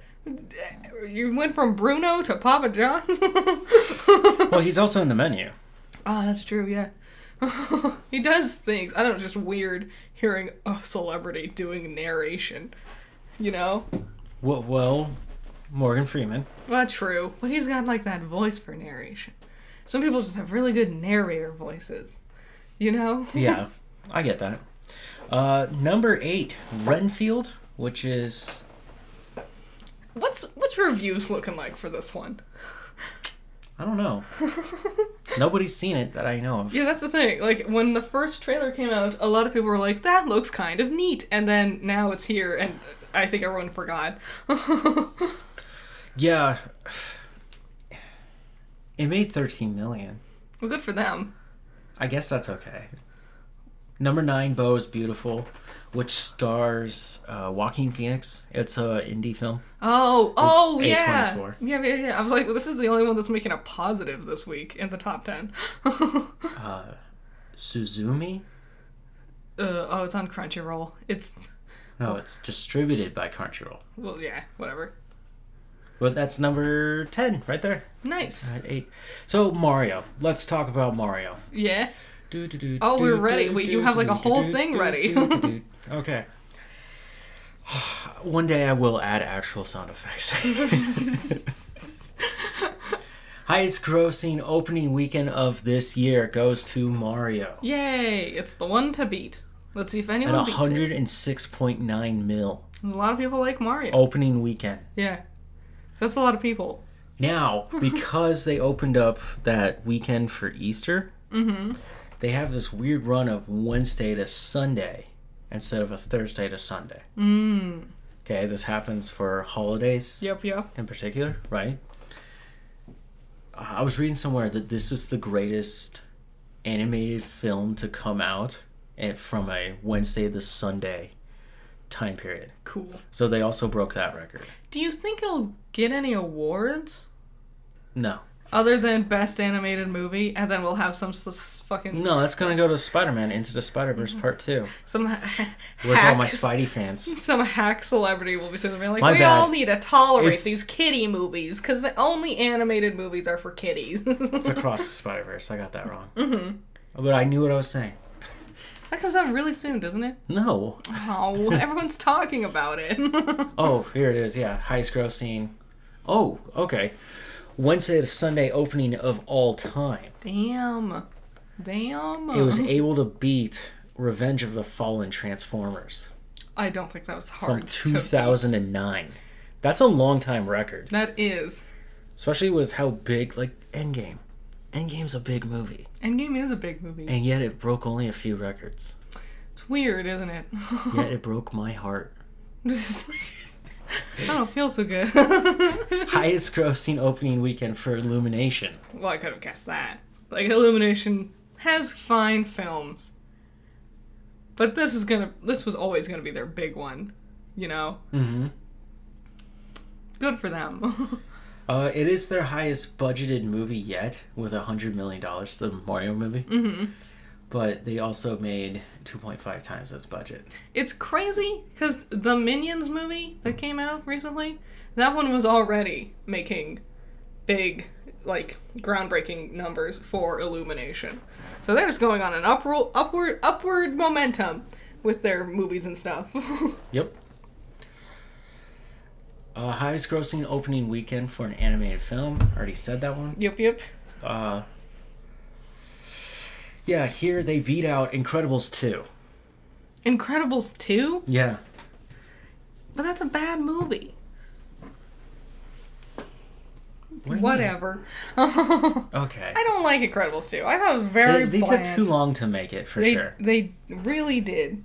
you went from Bruno to Papa John's. well, he's also in the menu. Ah, that's true, yeah. he does things. I don't know, just weird hearing a celebrity doing narration. You know? Well, well Morgan Freeman. Well, true. But he's got like that voice for narration. Some people just have really good narrator voices. You know? Yeah, I get that. Uh, number eight, Renfield, which is What's what's reviews looking like for this one? I don't know. Nobody's seen it that I know of. Yeah, that's the thing. Like when the first trailer came out, a lot of people were like, "That looks kind of neat," and then now it's here, and I think everyone forgot. Yeah. It made 13 million. well, good for them. I guess that's okay. Number nine, Bo is Beautiful, which stars uh, Joaquin Phoenix. It's a indie film. Oh, oh yeah. A24. yeah, yeah, yeah. I was like, well, this is the only one that's making a positive this week in the top ten. uh, Uh, Suzumi? oh, it's on Crunchyroll. It's No, Oh, it's distributed by Crunchyroll. well, yeah, whatever. But that's number 10 right there Nice. at 8. So, Mario. Let's talk about Mario. Yeah. Do, do, do, Oh, we're do, ready. do, Wait, do, you have, like, a do, do, whole do, thing do, ready. do, do, do. Okay. One day I will add actual sound effects. Highest grossing opening weekend of this year goes to Mario Yay! It's the one to beat. Let's see if at anyone beats it. 106.9 mil A lot of people like Mario. opening weekend. Yeah. That's a lot of people. Now, because they opened up that weekend for Easter, Mm-hmm. they have this weird run of Wednesday to Sunday instead of a Thursday to Sunday. Mm. Okay, this happens for holidays Yep, yep. in particular, right? Uh, I was reading somewhere that this is the greatest animated film to come out and from a Wednesday to Sunday time period. Cool. So they also broke that record. Do you think it'll get any awards No. other than best animated movie? And then we'll have some s- s- fucking No, that's going to go to Spider Man Into the Spider Verse Part 2. some ha- Where's all my hack- Spidey fans? some hack celebrity will be sitting there being like, My we bad. all need to tolerate It's- these kitty movies because the only animated movies are for kitties. It's across the Spider Verse. I got that wrong. But I knew what I was saying. that comes out really soon, doesn't it? No. Oh, everyone's talking about it. Oh, here it is. Yeah, highest grossing. Oh, okay. Wednesday to Sunday opening of all time. Damn. Damn. It was able to beat Revenge of the Fallen Transformers I don't think that was from hard. to- 2009. That's a long time record, That is. especially with how big like Endgame. Endgame's a big movie, Endgame is a big movie. and yet it broke only a few records. It's weird, isn't it? Yet it broke my heart. I don't feel so good. Highest grossing opening weekend for Illumination. well, I could have guessed that. Like Illumination has fine films, but this is gonna. This was always gonna be their big one, you know. Mm-hmm. Good for them. Uh, it is their highest budgeted movie yet, with a hundred million dollars, the Mario movie. hmm But they also made 2.5 times its budget. It's crazy because the Minions movie that came out recently, that one was already making big, like groundbreaking numbers for Illumination. So they're just going on an upward, upward, upward momentum with their movies and stuff. Yep. Uh, highest grossing opening weekend for an animated film. Already said that one. yep, yep. Uh, yeah, here they beat out Incredibles 2. Incredibles two, Yeah. but that's a bad movie. What do you Whatever. I mean? Okay. don't like Incredibles two. I thought it was They, very. they took bland. too long to make it, for They sure. they really did.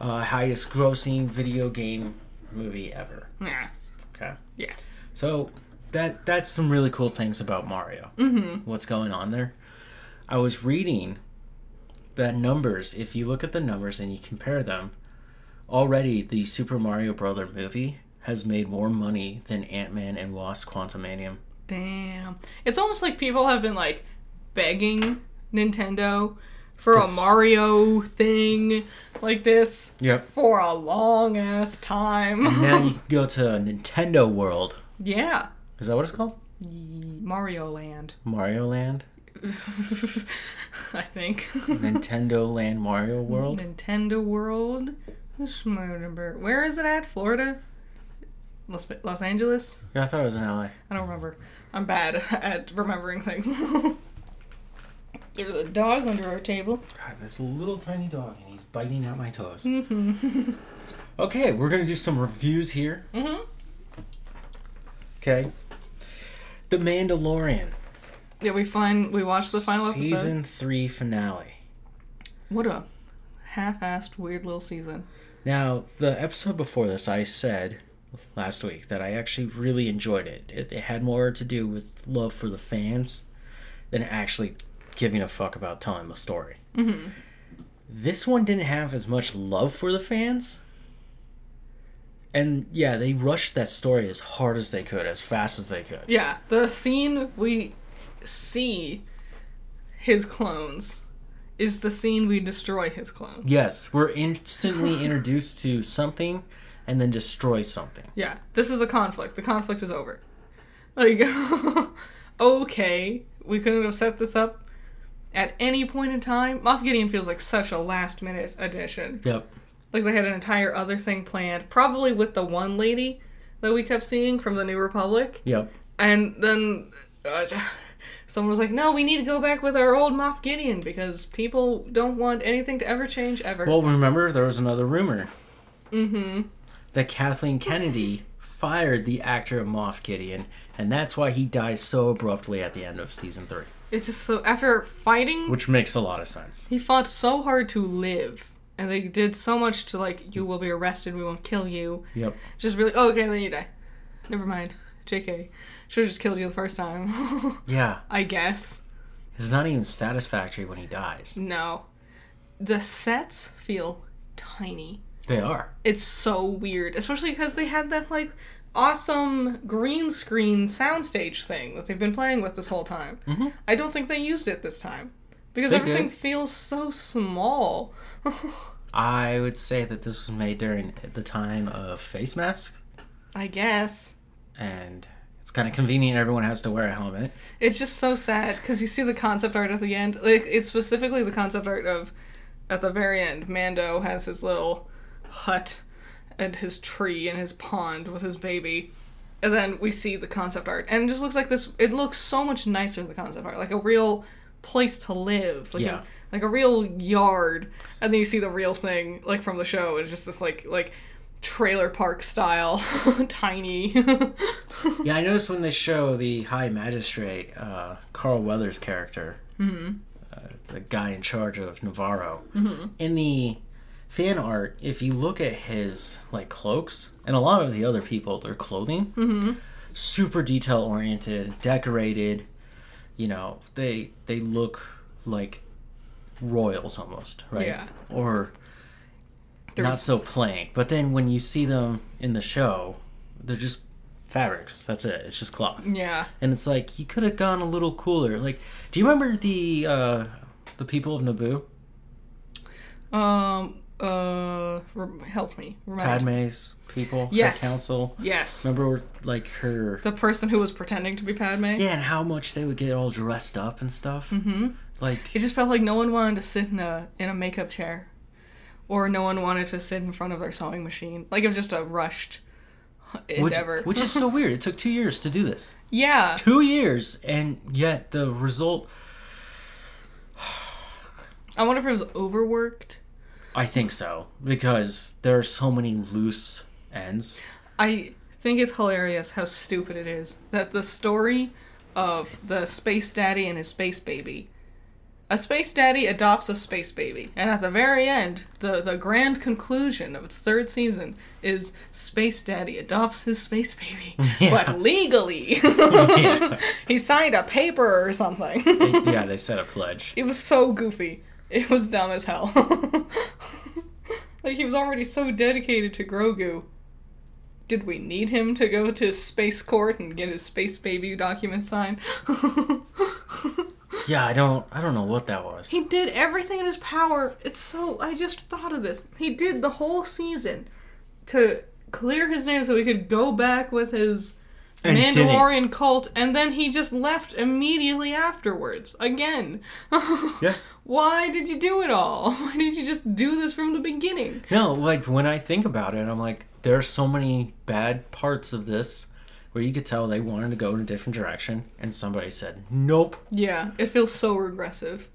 Uh, highest grossing video game movie ever. Yeah. Okay. Yeah. So that that's some really cool things about Mario. Mm-hmm. What's going on there? I was reading that numbers. If you look at the numbers and you compare them, already the Super Mario Brother movie has made more money than Ant Man and Wasp: Quantumanium. Damn. It's almost like people have been like begging Nintendo for a This- Mario thing like this Yep. for a long ass time. now you can go to Nintendo World. yeah. Is that what it's called? Ye- Mario Land. Mario Land, I think. Nintendo Land, Mario World. Nintendo World. Schmurdenberg. Where is it at? Florida? Los, Los Angeles? Yeah, I thought it was in LA. I don't remember. I'm bad at remembering things. There's a dog under our table. God, there's a little tiny dog and he's biting at my toes. Mm-hmm. Okay, we're gonna do some reviews here. mm-hmm. Okay. The Mandalorian. Yeah, we find we watched the final episode. Season three finale. What a half-assed weird little season. Now, the episode before this, I said last week that I actually really enjoyed it. It, it had more to do with love for the fans than actually giving a fuck about telling the story. Mm-hmm. This one didn't have as much love for the fans. And yeah, they rushed that story as hard as they could, as fast as they could. Yeah, the scene we see his clones is the scene we destroy his clones. Yes, we're instantly introduced to something and then destroy something. Yeah, this is a conflict. The conflict is over. Like, okay, we couldn't have set this up at any point in time. Moff Gideon feels like such a last-minute addition. Yep. Like they had an entire other thing planned, probably with the one lady that we kept seeing from the New Republic. Yep. And then uh, someone was like, "No, we need to go back with our old Moff Gideon because people don't want anything to ever change ever." Well, remember there was another rumor mm-hmm. that Kathleen Kennedy fired the actor of Moff Gideon, and that's why he dies so abruptly at the end of season three, It's just so after fighting, which makes a lot of sense. he fought so hard to live, and they did so much to like, "You will be arrested. We won't kill you." Yep. Just really, oh, okay, then you die. Never mind. Jk, should have just killed you the first time. Yeah, I guess. it's not even satisfactory when he dies. No. The sets feel tiny. They are. It's so weird, especially because they had that like awesome green screen soundstage thing that they've been playing with this whole time. Mhm. I don't think they used it this time because They everything did. feels so small. I would say that this was made during the time of face masks, I guess and it's kind of convenient everyone has to wear a helmet. it's just so sad because you see the concept art at the end. Like it's specifically the concept art of at the very end, Mando has his little hut and his tree and his pond with his baby. And then we see the concept art. And it just looks like this it looks so much nicer the concept art. Like a real place to live. Like Yeah. a like a real yard, and then you see the real thing like from the show. It's just this like like trailer park style, tiny. Yeah, I noticed when they show the High Magistrate, uh, Carl Weathers' character, uh, the guy in charge of Navarro, Mm-hmm. in the fan art, if you look at his like cloaks and a lot of the other people, their clothing, Mm-hmm. super detail oriented, decorated. You know, they they look like royals almost, right? Yeah. Or not There's- so plain. But then when you see them in the show, they're just fabrics. That's it. It's just cloth. yeah. And it's like you could have gone a little cooler. Like, do you remember the uh the people of Naboo? Um. Uh. Rem- help me. Remind. Padme's people, Yes. her council. Yes. Remember like her The person who was pretending to be Padme. Yeah, and how much they would get all dressed up and stuff. Mhm. Like It just felt like no one wanted to sit in a in a makeup chair, or no one wanted to sit in front of their sewing machine. Like it was just a rushed which, endeavor. which is so weird. It took two years to do this. yeah. Two years, and yet the result. I wonder if it was overworked. I think so because there are so many loose ends. I think it's hilarious how stupid it is that the story of the space daddy and his space baby. A space daddy adopts a space baby, and at the very end, the, the grand conclusion of its third season is Space Daddy adopts his space baby, but legally. He signed a paper or something. yeah, they set a pledge. it was so goofy. It was dumb as hell. like he was already so dedicated to Grogu. Did we need him to go to space court and get his space baby document signed? Yeah, I don't. I don't know what that was. he did everything in his power. It's so I just thought of this. He did the whole season to clear his name so he could go back with his And didn't. Mandalorian cult, and then he just left immediately afterwards. Again. Yeah. Why did you do it all? Why didn't you just do this from the beginning? No, like when I think about it, I'm like, there are so many bad parts of this where you could tell they wanted to go in a different direction, and somebody said, "Nope." Yeah, it feels so regressive.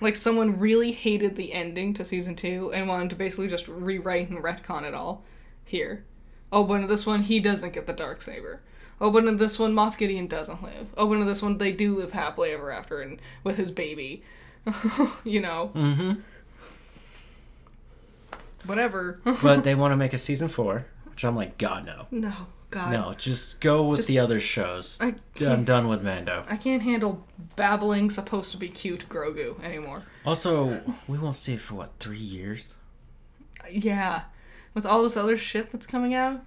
Like someone really hated the ending to season two and wanted to basically just rewrite and retcon it all here. Oh, but in this one, he doesn't get the dark saber. Oh, but in this one, Moff Gideon doesn't live. Oh, but in this one, they do live happily ever after and with his baby. you know, Mm-hmm. whatever. But they want to make a season four, which I'm like, God, no. no, God. No, just go with Just- the other shows. I I'm can't, done with Mando. I can't handle babbling, supposed to be cute Grogu anymore. Also, we won't see it for what three years. Yeah. With all this other shit that's coming out,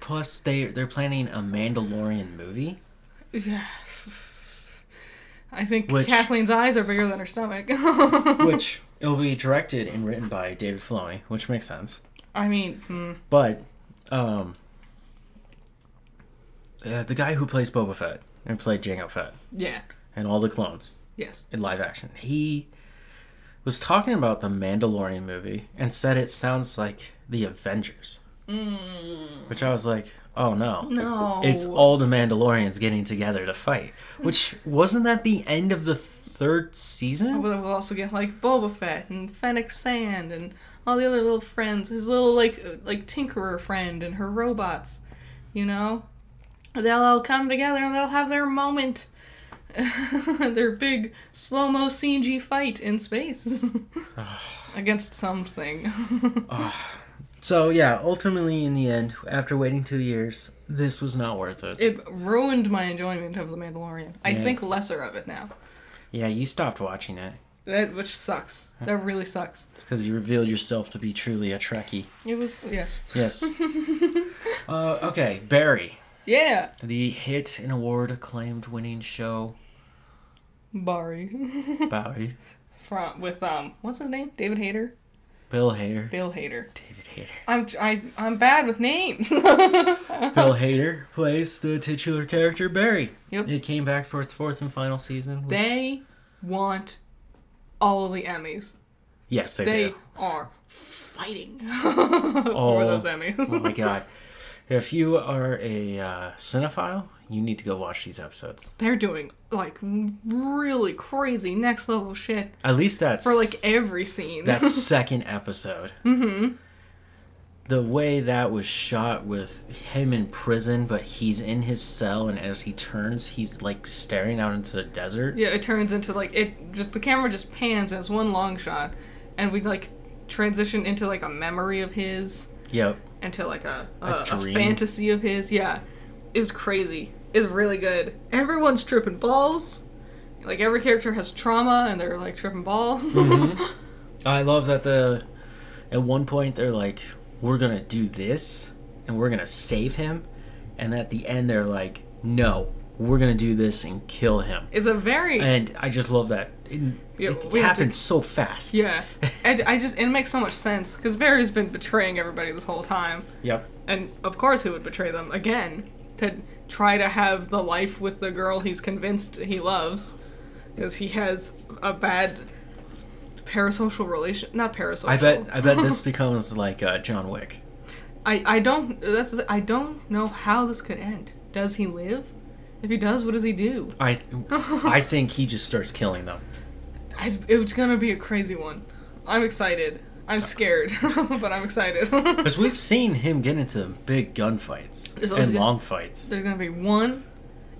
Plus, they they're planning a Mandalorian movie. Yeah. I think Which- Kathleen's eyes are bigger than her stomach. which it'll be directed and written by David Filoni, which makes sense. I mean, hmm. But um, uh, the guy who plays Boba Fett and played Jango Fett yeah. and all the clones Yes. in live action, he was talking about the Mandalorian movie and said it sounds like the Avengers, which I was like, oh no, No. it's all the Mandalorians getting together to fight. Which wasn't that the end of the third But season? we'll also get like Boba Fett and Fennec Sand and all the other little friends. His little like uh, like tinkerer friend and her robots. You know, they'll all come together and they'll have their moment. their big slow mo CG fight in space against something. So yeah, ultimately in the end, after waiting two years, this was not worth it. it ruined my enjoyment of The Mandalorian. I Yeah. think lesser of it now. Yeah, you stopped watching it. That which sucks. That really sucks. It's because you revealed yourself to be truly a Trekkie. It was yes. Yes. uh, okay, Barry, Yeah. the hit and award acclaimed winning show. Barry. Barry, From with um what's his name? David Hayter? Bill Hader, Bill Hader. David Hader. I'm I I'm bad with names. Bill Hader plays the titular character Barry. Yep. It came back for its fourth and final season. with- they want all of the Emmys. yes, they, They do. are fighting for those Emmys. Oh my god. If you are a uh, cinephile, you need to go watch these episodes. They're doing like really crazy next level shit At least that's for like every scene. that second episode. Mhm. The way that was shot with him in prison, but he's in his cell, and as he turns, he's like staring out into the desert. yeah, it turns into like it just the camera just pans as one long shot, and we like transition into like a memory of his, Yep. into like a a, a dream. fantasy of his. Yeah, it was crazy. It's really good. Everyone's tripping balls. Like every character has trauma, and they're like tripping balls. Mhm. I love that the at one point they're like, "We're gonna do this, and we're gonna save him," and at the end they're like, "No, we're gonna do this and kill him." it's a very And I just love that. It, Yeah, it we have happens so fast. Yeah, and I just it makes so much sense because Barry's been betraying everybody this whole time, Yep. and of course he would betray them again to try to have the life with the girl he's convinced he loves, because he has a bad parasocial relation. Not parasocial. I bet. I bet this becomes like uh, John Wick. I I don't. That's I don't know how this could end. Does he live? If he does, what does he do? I I think he just starts killing them. I, it's gonna be a crazy one. I'm excited. I'm scared, but I'm excited. Because we've seen him get into big gunfights There's always and good- long fights. There's gonna be one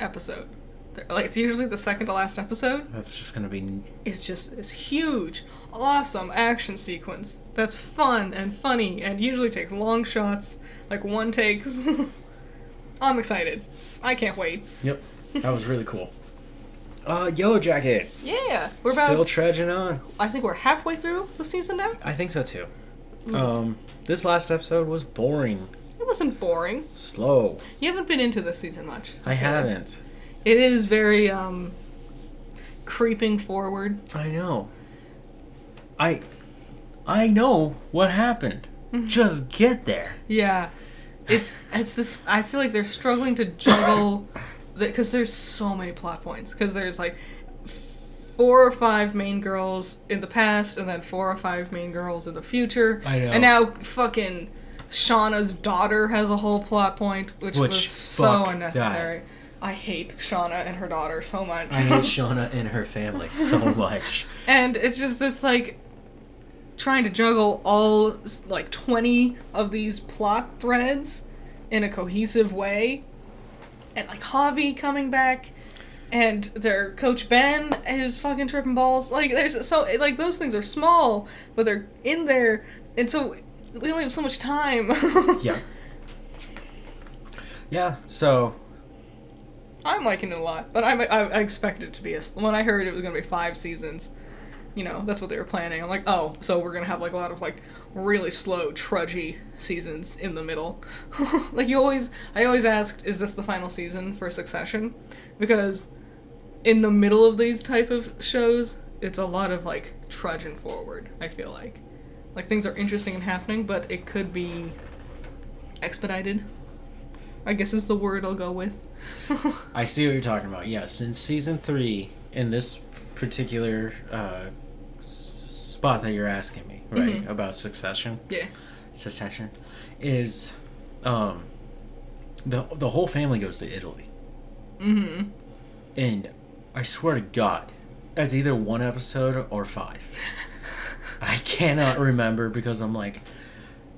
episode. There- Like it's usually the second to last episode. That's just gonna be It's just this huge, awesome action sequence that's fun and funny and usually takes long shots, like one takes. I'm excited. I can't wait. Yep. That was really cool. Uh, Yellow Jackets. Yeah, we're about. Still trudging on. I think we're halfway through the season now. I think so too. Mm. Um, this last episode was boring, It wasn't boring. slow. You haven't been into this season I much. feel like. haven't. It is very um, creeping forward. I know. I, I know what happened. Mm-hmm. Just get there. Yeah, it's it's this. I feel like they're struggling to juggle because there's so many plot points. Because there's like four or five main girls in the past, and then four or five main girls in the future. I know. And now fucking Shauna's daughter has a whole plot point, which, Which was so fuck unnecessary. I hate Shauna and her daughter so much. I hate Shauna and her family so much. and it's just this like trying to juggle all s- like 20 of these plot threads in a cohesive way and like hobby coming back and their coach ben is fucking tripping balls like there's so like those things are small but they're in there and so we only have so much time Yeah. Yeah. So i'm liking it a lot but I'm, I, I expect it to be a, s- when i heard it was going to be five seasons you know that's what they were planning i'm like oh so we're going to have like a lot of like really slow trudgy seasons in the middle like you always i always asked is this the final season for succession because in the middle of these type of shows it's a lot of like trudging forward i feel like like things are interesting and happening but it could be expedited i guess is the word i'll go with I see what you're talking about. Yes, in season three, in this particular uh, s- spot that you're asking me, right, about succession, yeah secession, is um, the the whole family goes to Italy, mm-hmm and I swear to God, that's either one episode or five. I cannot remember because I'm like,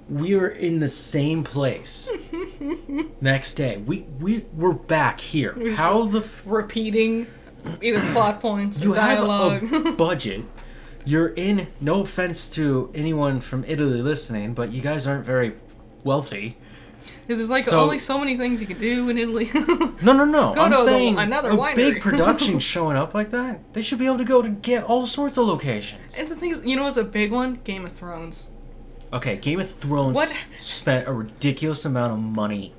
we were in the same place. Next day, we we we're back here. just- How the repeating either plot points or you dialogue. have a budget. You're in. No offense to anyone from Italy listening, but you guys aren't very wealthy. Because there's like So- only so many things you can do in Italy. No, no, no. I'm to the- saying another a winery. big production showing up like that. They should be able to go to get all sorts of locations. and the thing is, you know what's a big one? Game of Thrones. Okay, Game of Thrones What- spent a ridiculous amount of money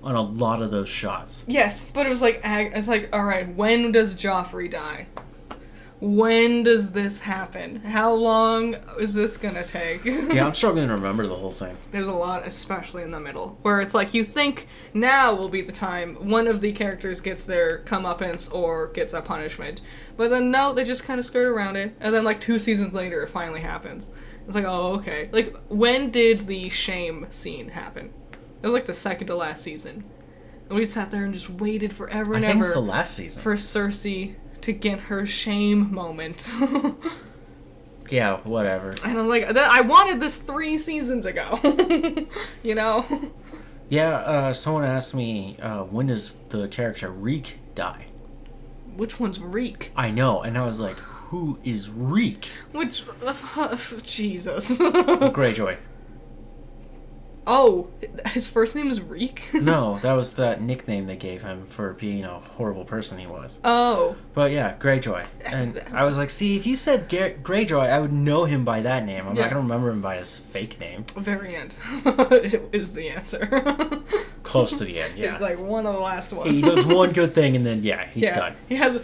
on a lot of those shots. Yes, but it was like ag- it's like all right, when does Joffrey die? When does this happen? How long is this gonna take? Yeah, I'm struggling to remember the whole thing. There's a lot, especially in the middle, where it's like you think now will be the time one of the characters gets their comeuppance or gets a punishment, but then no, they just kind of skirt around it, and then like two seasons later, it finally happens. It's like, oh, okay. Like, when did the shame scene happen? It was like the second to last season. And we sat there and just waited forever I and think ever it's the last season. for Cersei to get her shame moment. Yeah, whatever. and I'm like, "That- I wanted this three seasons ago. you know? Yeah, uh, someone asked me uh, when does the character Reek die? Which one's Reek? I know, and I was like, who is Reek? Which. Jesus. Greyjoy. oh, his first name is Reek? No, that was that nickname they gave him for being a horrible person he was. Oh. But yeah, Greyjoy. And I was like, see, if you said Ger- Greyjoy, I would know him by that name. I'm Yeah. not gonna remember him by his fake name. variant It is the answer. Close to the end, yeah. It's like one of the last ones. he does one good thing, and then yeah, he's yeah. done. He has a,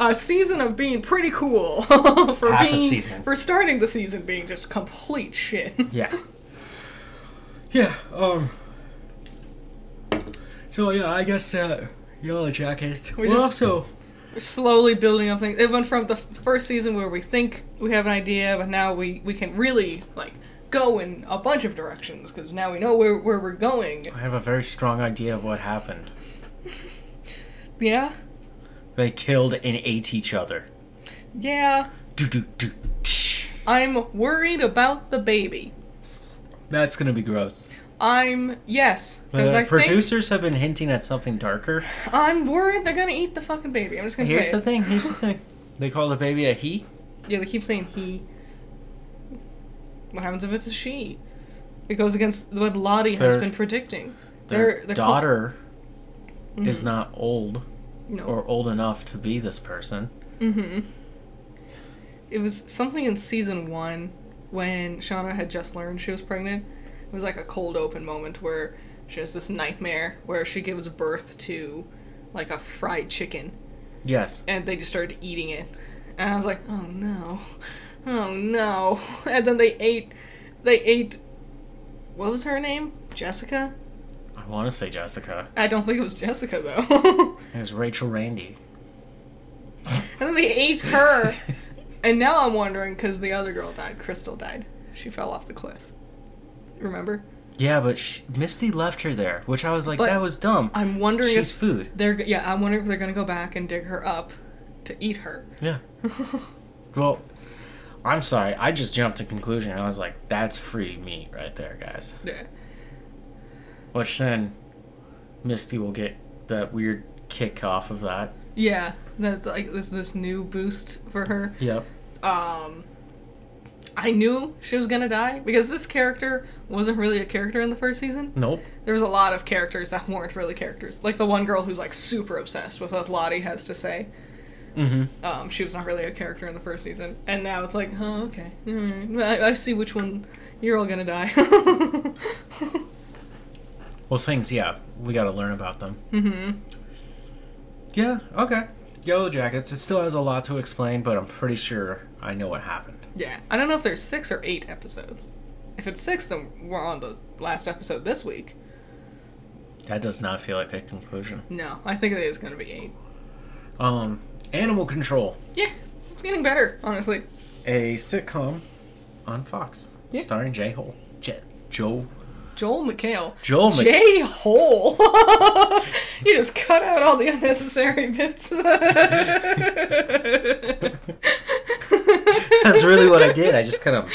a season of being pretty cool for Half a being season. for starting the season being just complete shit. Yeah. Yeah. Um. So yeah, I guess uh, yellow jackets. We Well, just- also, Slowly building up things. It went from the f- first season where we think we have an idea, but now we we can really like go in a bunch of directions because now we know where where we're going. I have a very strong idea of what happened. Yeah. They killed and ate each other. Yeah. Do do do. tsh. I'm worried about the baby. That's gonna be gross. I'm yes because The I think producers have been hinting at something darker. I'm worried they're gonna eat the fucking baby. I'm just gonna Here's the say it. thing. Here's the thing. They call the baby a he. Yeah, they keep saying he. What happens if it's a she? It goes against what Lottie has Their- been predicting. Their they're called- Mm-hmm. daughter is not old no, or old enough to be this person. Mm-hmm. it was something in season one when Shauna had just learned she was pregnant. It was like a cold open moment where she has this nightmare where she gives birth to like a fried chicken Yes. and they just started eating it. And I was like, oh no, oh no. And then they ate, they ate, what was her name? Jessica? I want to say Jessica. I don't think it was Jessica though. It was Rachel Randy. and then they ate her. and now I'm wondering because the other girl died. Crystal died. She fell off the cliff. Remember? Yeah, but sh Misty left her there, which I was like, But- that was dumb. I'm wondering She's if food. they're yeah. I'm wondering if they're gonna go back and dig her up to eat her. Yeah. well, I'm sorry. I just jumped to conclusion. I was like, that's free meat right there, guys. Yeah. Which then Misty will get that weird kick off of that. Yeah. That's like this this new boost for her. Yep. um I knew she was gonna die because this character wasn't really a character in the first season. Nope. There was a lot of characters that weren't really characters. Like the one girl who's like super obsessed with what Lottie has to say. Mm-hmm. Um, she was not really a character in the first season, and now it's like, oh okay, all right. I, I see which one you're all gonna die. Well, things, yeah, we got to learn about them. Mm-hmm. Yeah. Okay. Yellow Jackets. It still has a lot to explain, but I'm pretty sure I know what happened. yeah, I don't know if there's six or eight episodes. If it's six, then we're on the last episode this week. That does not feel like a conclusion. No, I think it is gonna be eight. Um, Animal Control, Yeah, it's getting better, honestly. a sitcom on Fox, Yeah. starring J Hole, J- Joe, Joel McHale. Joel Mc- J hole. you just cut out all the unnecessary bits. That's really what I did. I just kind of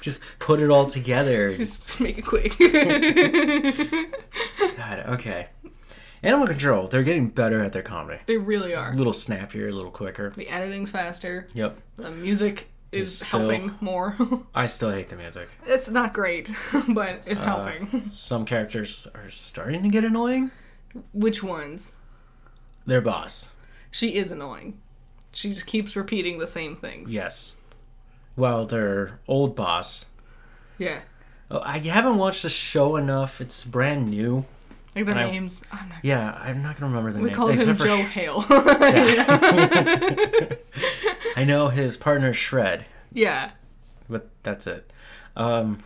just put it all together. Just make it quick. God, okay. Animal Control, they're getting better at their comedy. they really are. A little snappier, a little quicker. The editing's faster. Yep. The music is It's still- helping more. I still hate the music. it's not great, but Uh, it's helping. Some characters are starting to get annoying. Which ones? Their boss. She is annoying. She just keeps repeating the same things. Yes. Well, their old boss. Yeah. Oh, I haven't watched the show enough. It's brand new. Like their And I- names. I'm not Yeah, I'm not gonna remember the We name. called him except Joe for Sh- Hale. I know his partner Shred, yeah. but that's it. Um,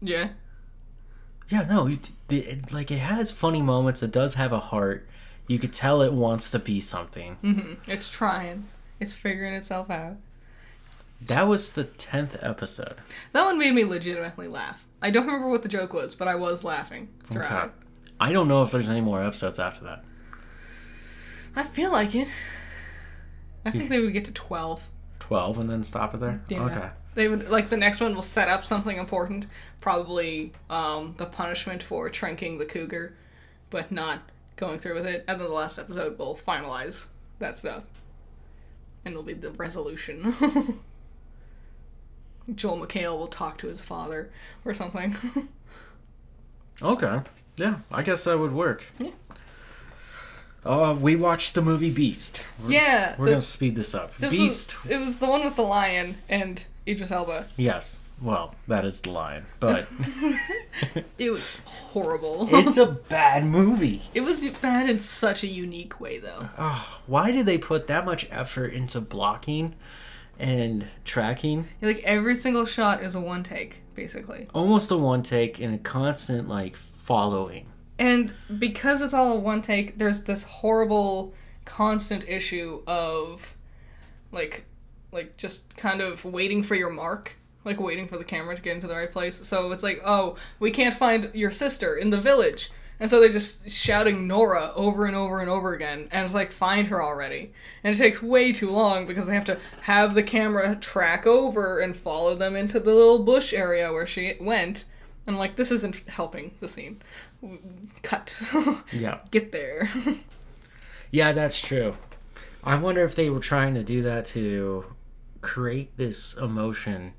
Yeah. yeah, no, it, it, like it has funny moments. It does have a heart. You could tell Mm. it wants to be something. It's trying. It's figuring itself out. That was the 10th episode. That one made me legitimately laugh. I don't remember what the joke was, but I was laughing throughout. Okay. I don't know if there's any more episodes after that. I feel like it. I think they would get to 12. 12 and then stop it there? Yeah. Okay. They would like the next one will set up something important, probably um, the punishment for tranking the cougar, but not going through with it. And then the last episode will finalize that stuff, and it'll be the resolution. Joel McHale will talk to his father or something. Okay. Yeah, I guess that would work. Yeah. Uh, we watched the movie Beast. We're, yeah, We're the- going to speed this up. this was- Beast. it was the one with the lion and Idris Elba. Yes. Well, that is the line. But It was horrible. it's a bad movie. it was bad in such a unique way, though. Oh, why did they put that much effort into blocking and tracking? Like every single shot is a one take, basically. Almost a one take and a constant, like, following. And because it's all a one take, there's this horrible constant issue of like like just kind of waiting for your mark, like waiting for the camera to get into the right place. So it's like, "Oh, we can't find your sister in the village." And so they're just shouting Nora over and over and over again, and it's like, find her already. And it takes way too long because they have to have the camera track over and follow them into the little bush area where she went. And I'm like, this isn't helping the scene. W- Cut. Yeah. Get there. Yeah, that's true. I wonder if they were trying to do that to create this emotion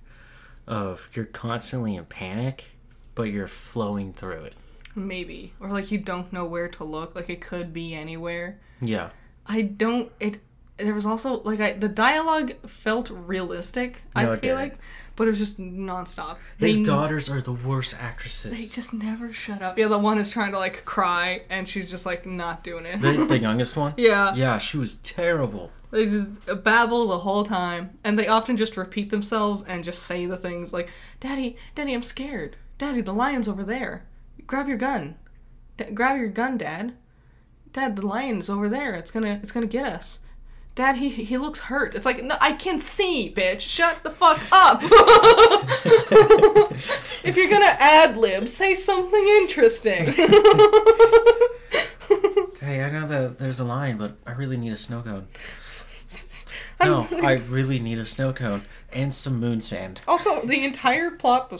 of you're constantly in panic, but you're flowing through it. Maybe. Or like you don't know where to look. Like it could be anywhere. Yeah. I don't. It. There was also like I, the dialogue felt realistic. I No, feel it didn't. like, but it was just nonstop. These They- daughters are the worst They actresses. just never shut up. Yeah, the one is trying to like cry and she's just like not doing it. the, the youngest one? yeah. Yeah, she was terrible. They just babble the whole time. And they often just repeat themselves and just say the things like, Daddy, Daddy, I'm scared. Daddy, the lion's over there. Grab your gun. D- grab your gun, Dad. Dad, the lion's over there. It's gonna it's gonna get us. Dad, he he looks hurt. It's like, no, I can see, bitch. Shut the fuck up. if you're gonna ad lib, say something interesting. Hey, I know that there's a line, but I really need a snow cone. I'm No, really I really need a snow cone and some moon sand. Also, the entire plot was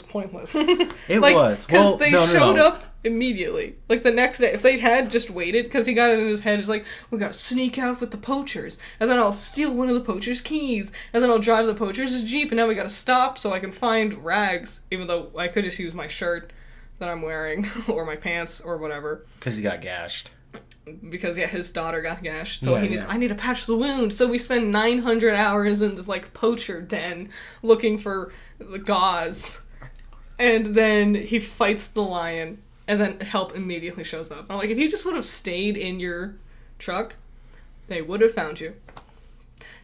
pointless. It like, was. because Well, they no, no, showed no. up immediately. Like the next day, if they had just waited, because he got it in his head, it's like we gotta sneak out with the poachers, and then I'll steal one of the poachers' keys, and then I'll drive the poachers' jeep, and now we gotta stop so I can find rags, even though I could just use my shirt that I'm wearing or my pants or whatever. Because he got gashed. Because yeah, his daughter got gashed, so Yeah, he needs. yeah. I need to patch the wound. So we spend 900 hours in this like poacher den looking for the gauze, and then he fights the lion, and then help immediately shows up. I'm like, if you just would have stayed in your truck, they would have found you.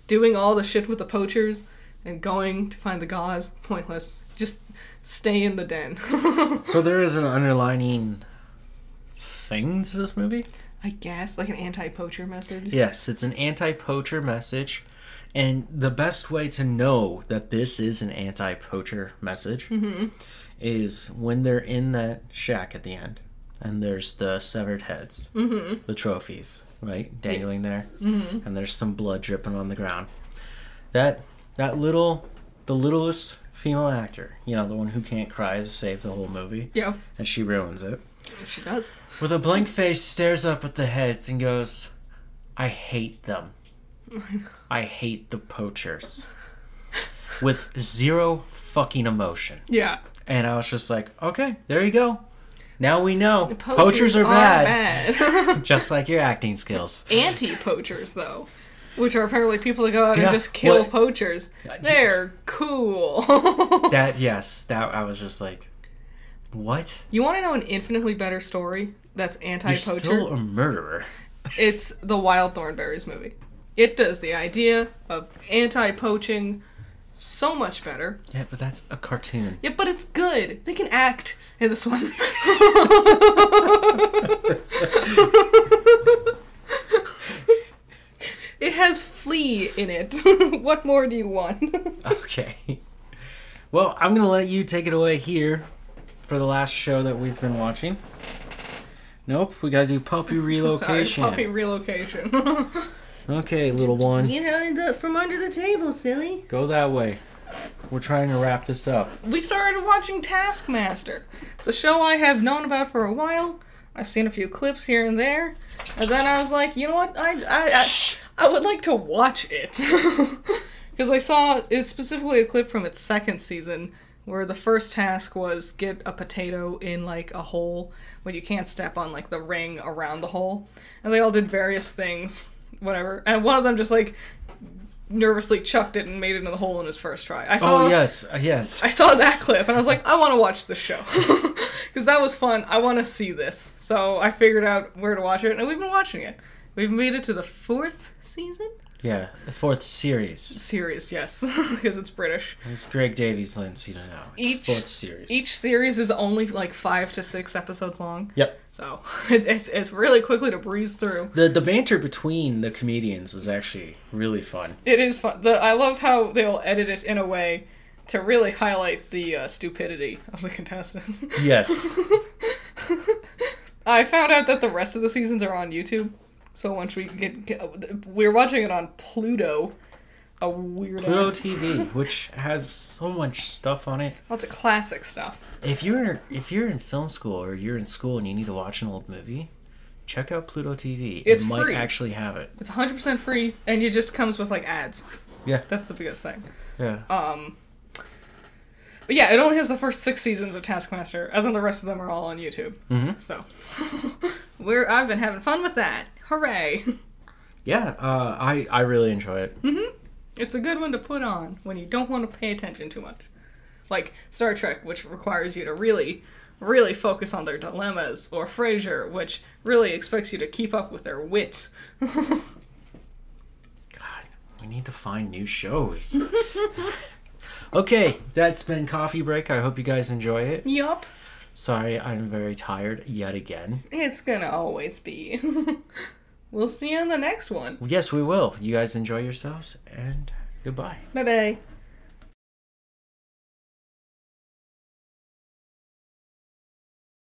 Doing all the shit with the poachers and going to find the gauze, pointless. Just stay in the den. So there is an underlining thing to this movie? I guess like an anti-poacher message. Yes, it's an anti poacher message. And the best way to know that this is an anti poacher message is when they're in that shack at the end and there's the severed heads, mm-hmm. the trophies, right? Dangling there. Mm-hmm. And there's some blood dripping on the ground. That that little the littlest female actor, you know, the one who can't cry to save the whole movie. Yeah, And she ruins it. she does. With a blank face, stares up at the heads and goes, I hate them. I hate the poachers. With zero fucking emotion. Yeah. And I was just like, okay, there you go. Now we know. Poachers, are, bad. bad. Just like your acting skills. Anti poachers, though, which are apparently people that go out Yeah, and just kill what- poachers. They're cool. That, yes, that I was just like, what? you want to know an infinitely better story that's anti You're poacher? still a murderer. It's the Wild Thornberries movie. It does the idea of anti poaching so much better. Yeah, but that's a cartoon. Yeah, but it's good. They can act in this one. It has flea in it. what more do you want? Okay. Well, I'm gonna let you take it away here for the last show that we've been watching. Nope, we gotta do puppy relocation. Sorry, puppy relocation. you Okay, little one, know, the, from under the table, silly. go that way. We're trying to wrap this up. We started watching Taskmaster. It's a show I have known about for a while. I've seen a few clips here and there, and then I was like, you know what? I I I, I would like to watch it because I saw it's specifically a clip from its second season where the first task was get a potato in like a hole when you can't step on like the ring around the hole, and they all did various things, whatever. And one of them just like nervously chucked it and made it in the hole in his first try. I saw Oh yes, uh, yes. I saw that clip and I was like, I want to watch this show because that was fun. I want to see this, so I figured out where to watch it, and we've been watching it. We've made it to the fourth season Yeah, the fourth series. series, yes, because it's British. It's Greg Davies letting you know. It's Each- fourth series. Each series is only like five to six episodes long, Yep. so it's it's, it's really quickly to breeze through. The the banter between the comedians is actually really fun. It is fun. The, I love how they'll edit it in a way to really highlight the uh, stupidity of the contestants. Yes. I found out that the rest of the seasons are on YouTube. So once we get, get we're watching it on Pluto, a weird Pluto ass- TV, which has so much stuff on it. Lots of classic stuff. If you're if you're in film school or you're in school and you need to watch an old movie, check out Pluto TV. It's it might free. actually have it. It's 100% free, and it just comes with like ads. Yeah. That's the biggest thing. Yeah. Um, but yeah, it only has the first six seasons of Taskmaster, and then the rest of them are all on YouTube. Mhm. So we're I've been having fun with that. Hooray! Yeah, uh, I I really enjoy it. It's a good one to put on when you don't want to pay attention too much. Like Star Trek, which requires you to really, really focus on their dilemmas, or Frasier, which really expects you to keep up with their wit. God, we need to find new shows. okay, that's been coffee break. I hope you guys enjoy it. yup. Sorry, I'm very tired yet again. It's gonna always be. we'll see you in the next one. Yes, we will. You guys enjoy yourselves and goodbye. Bye bye.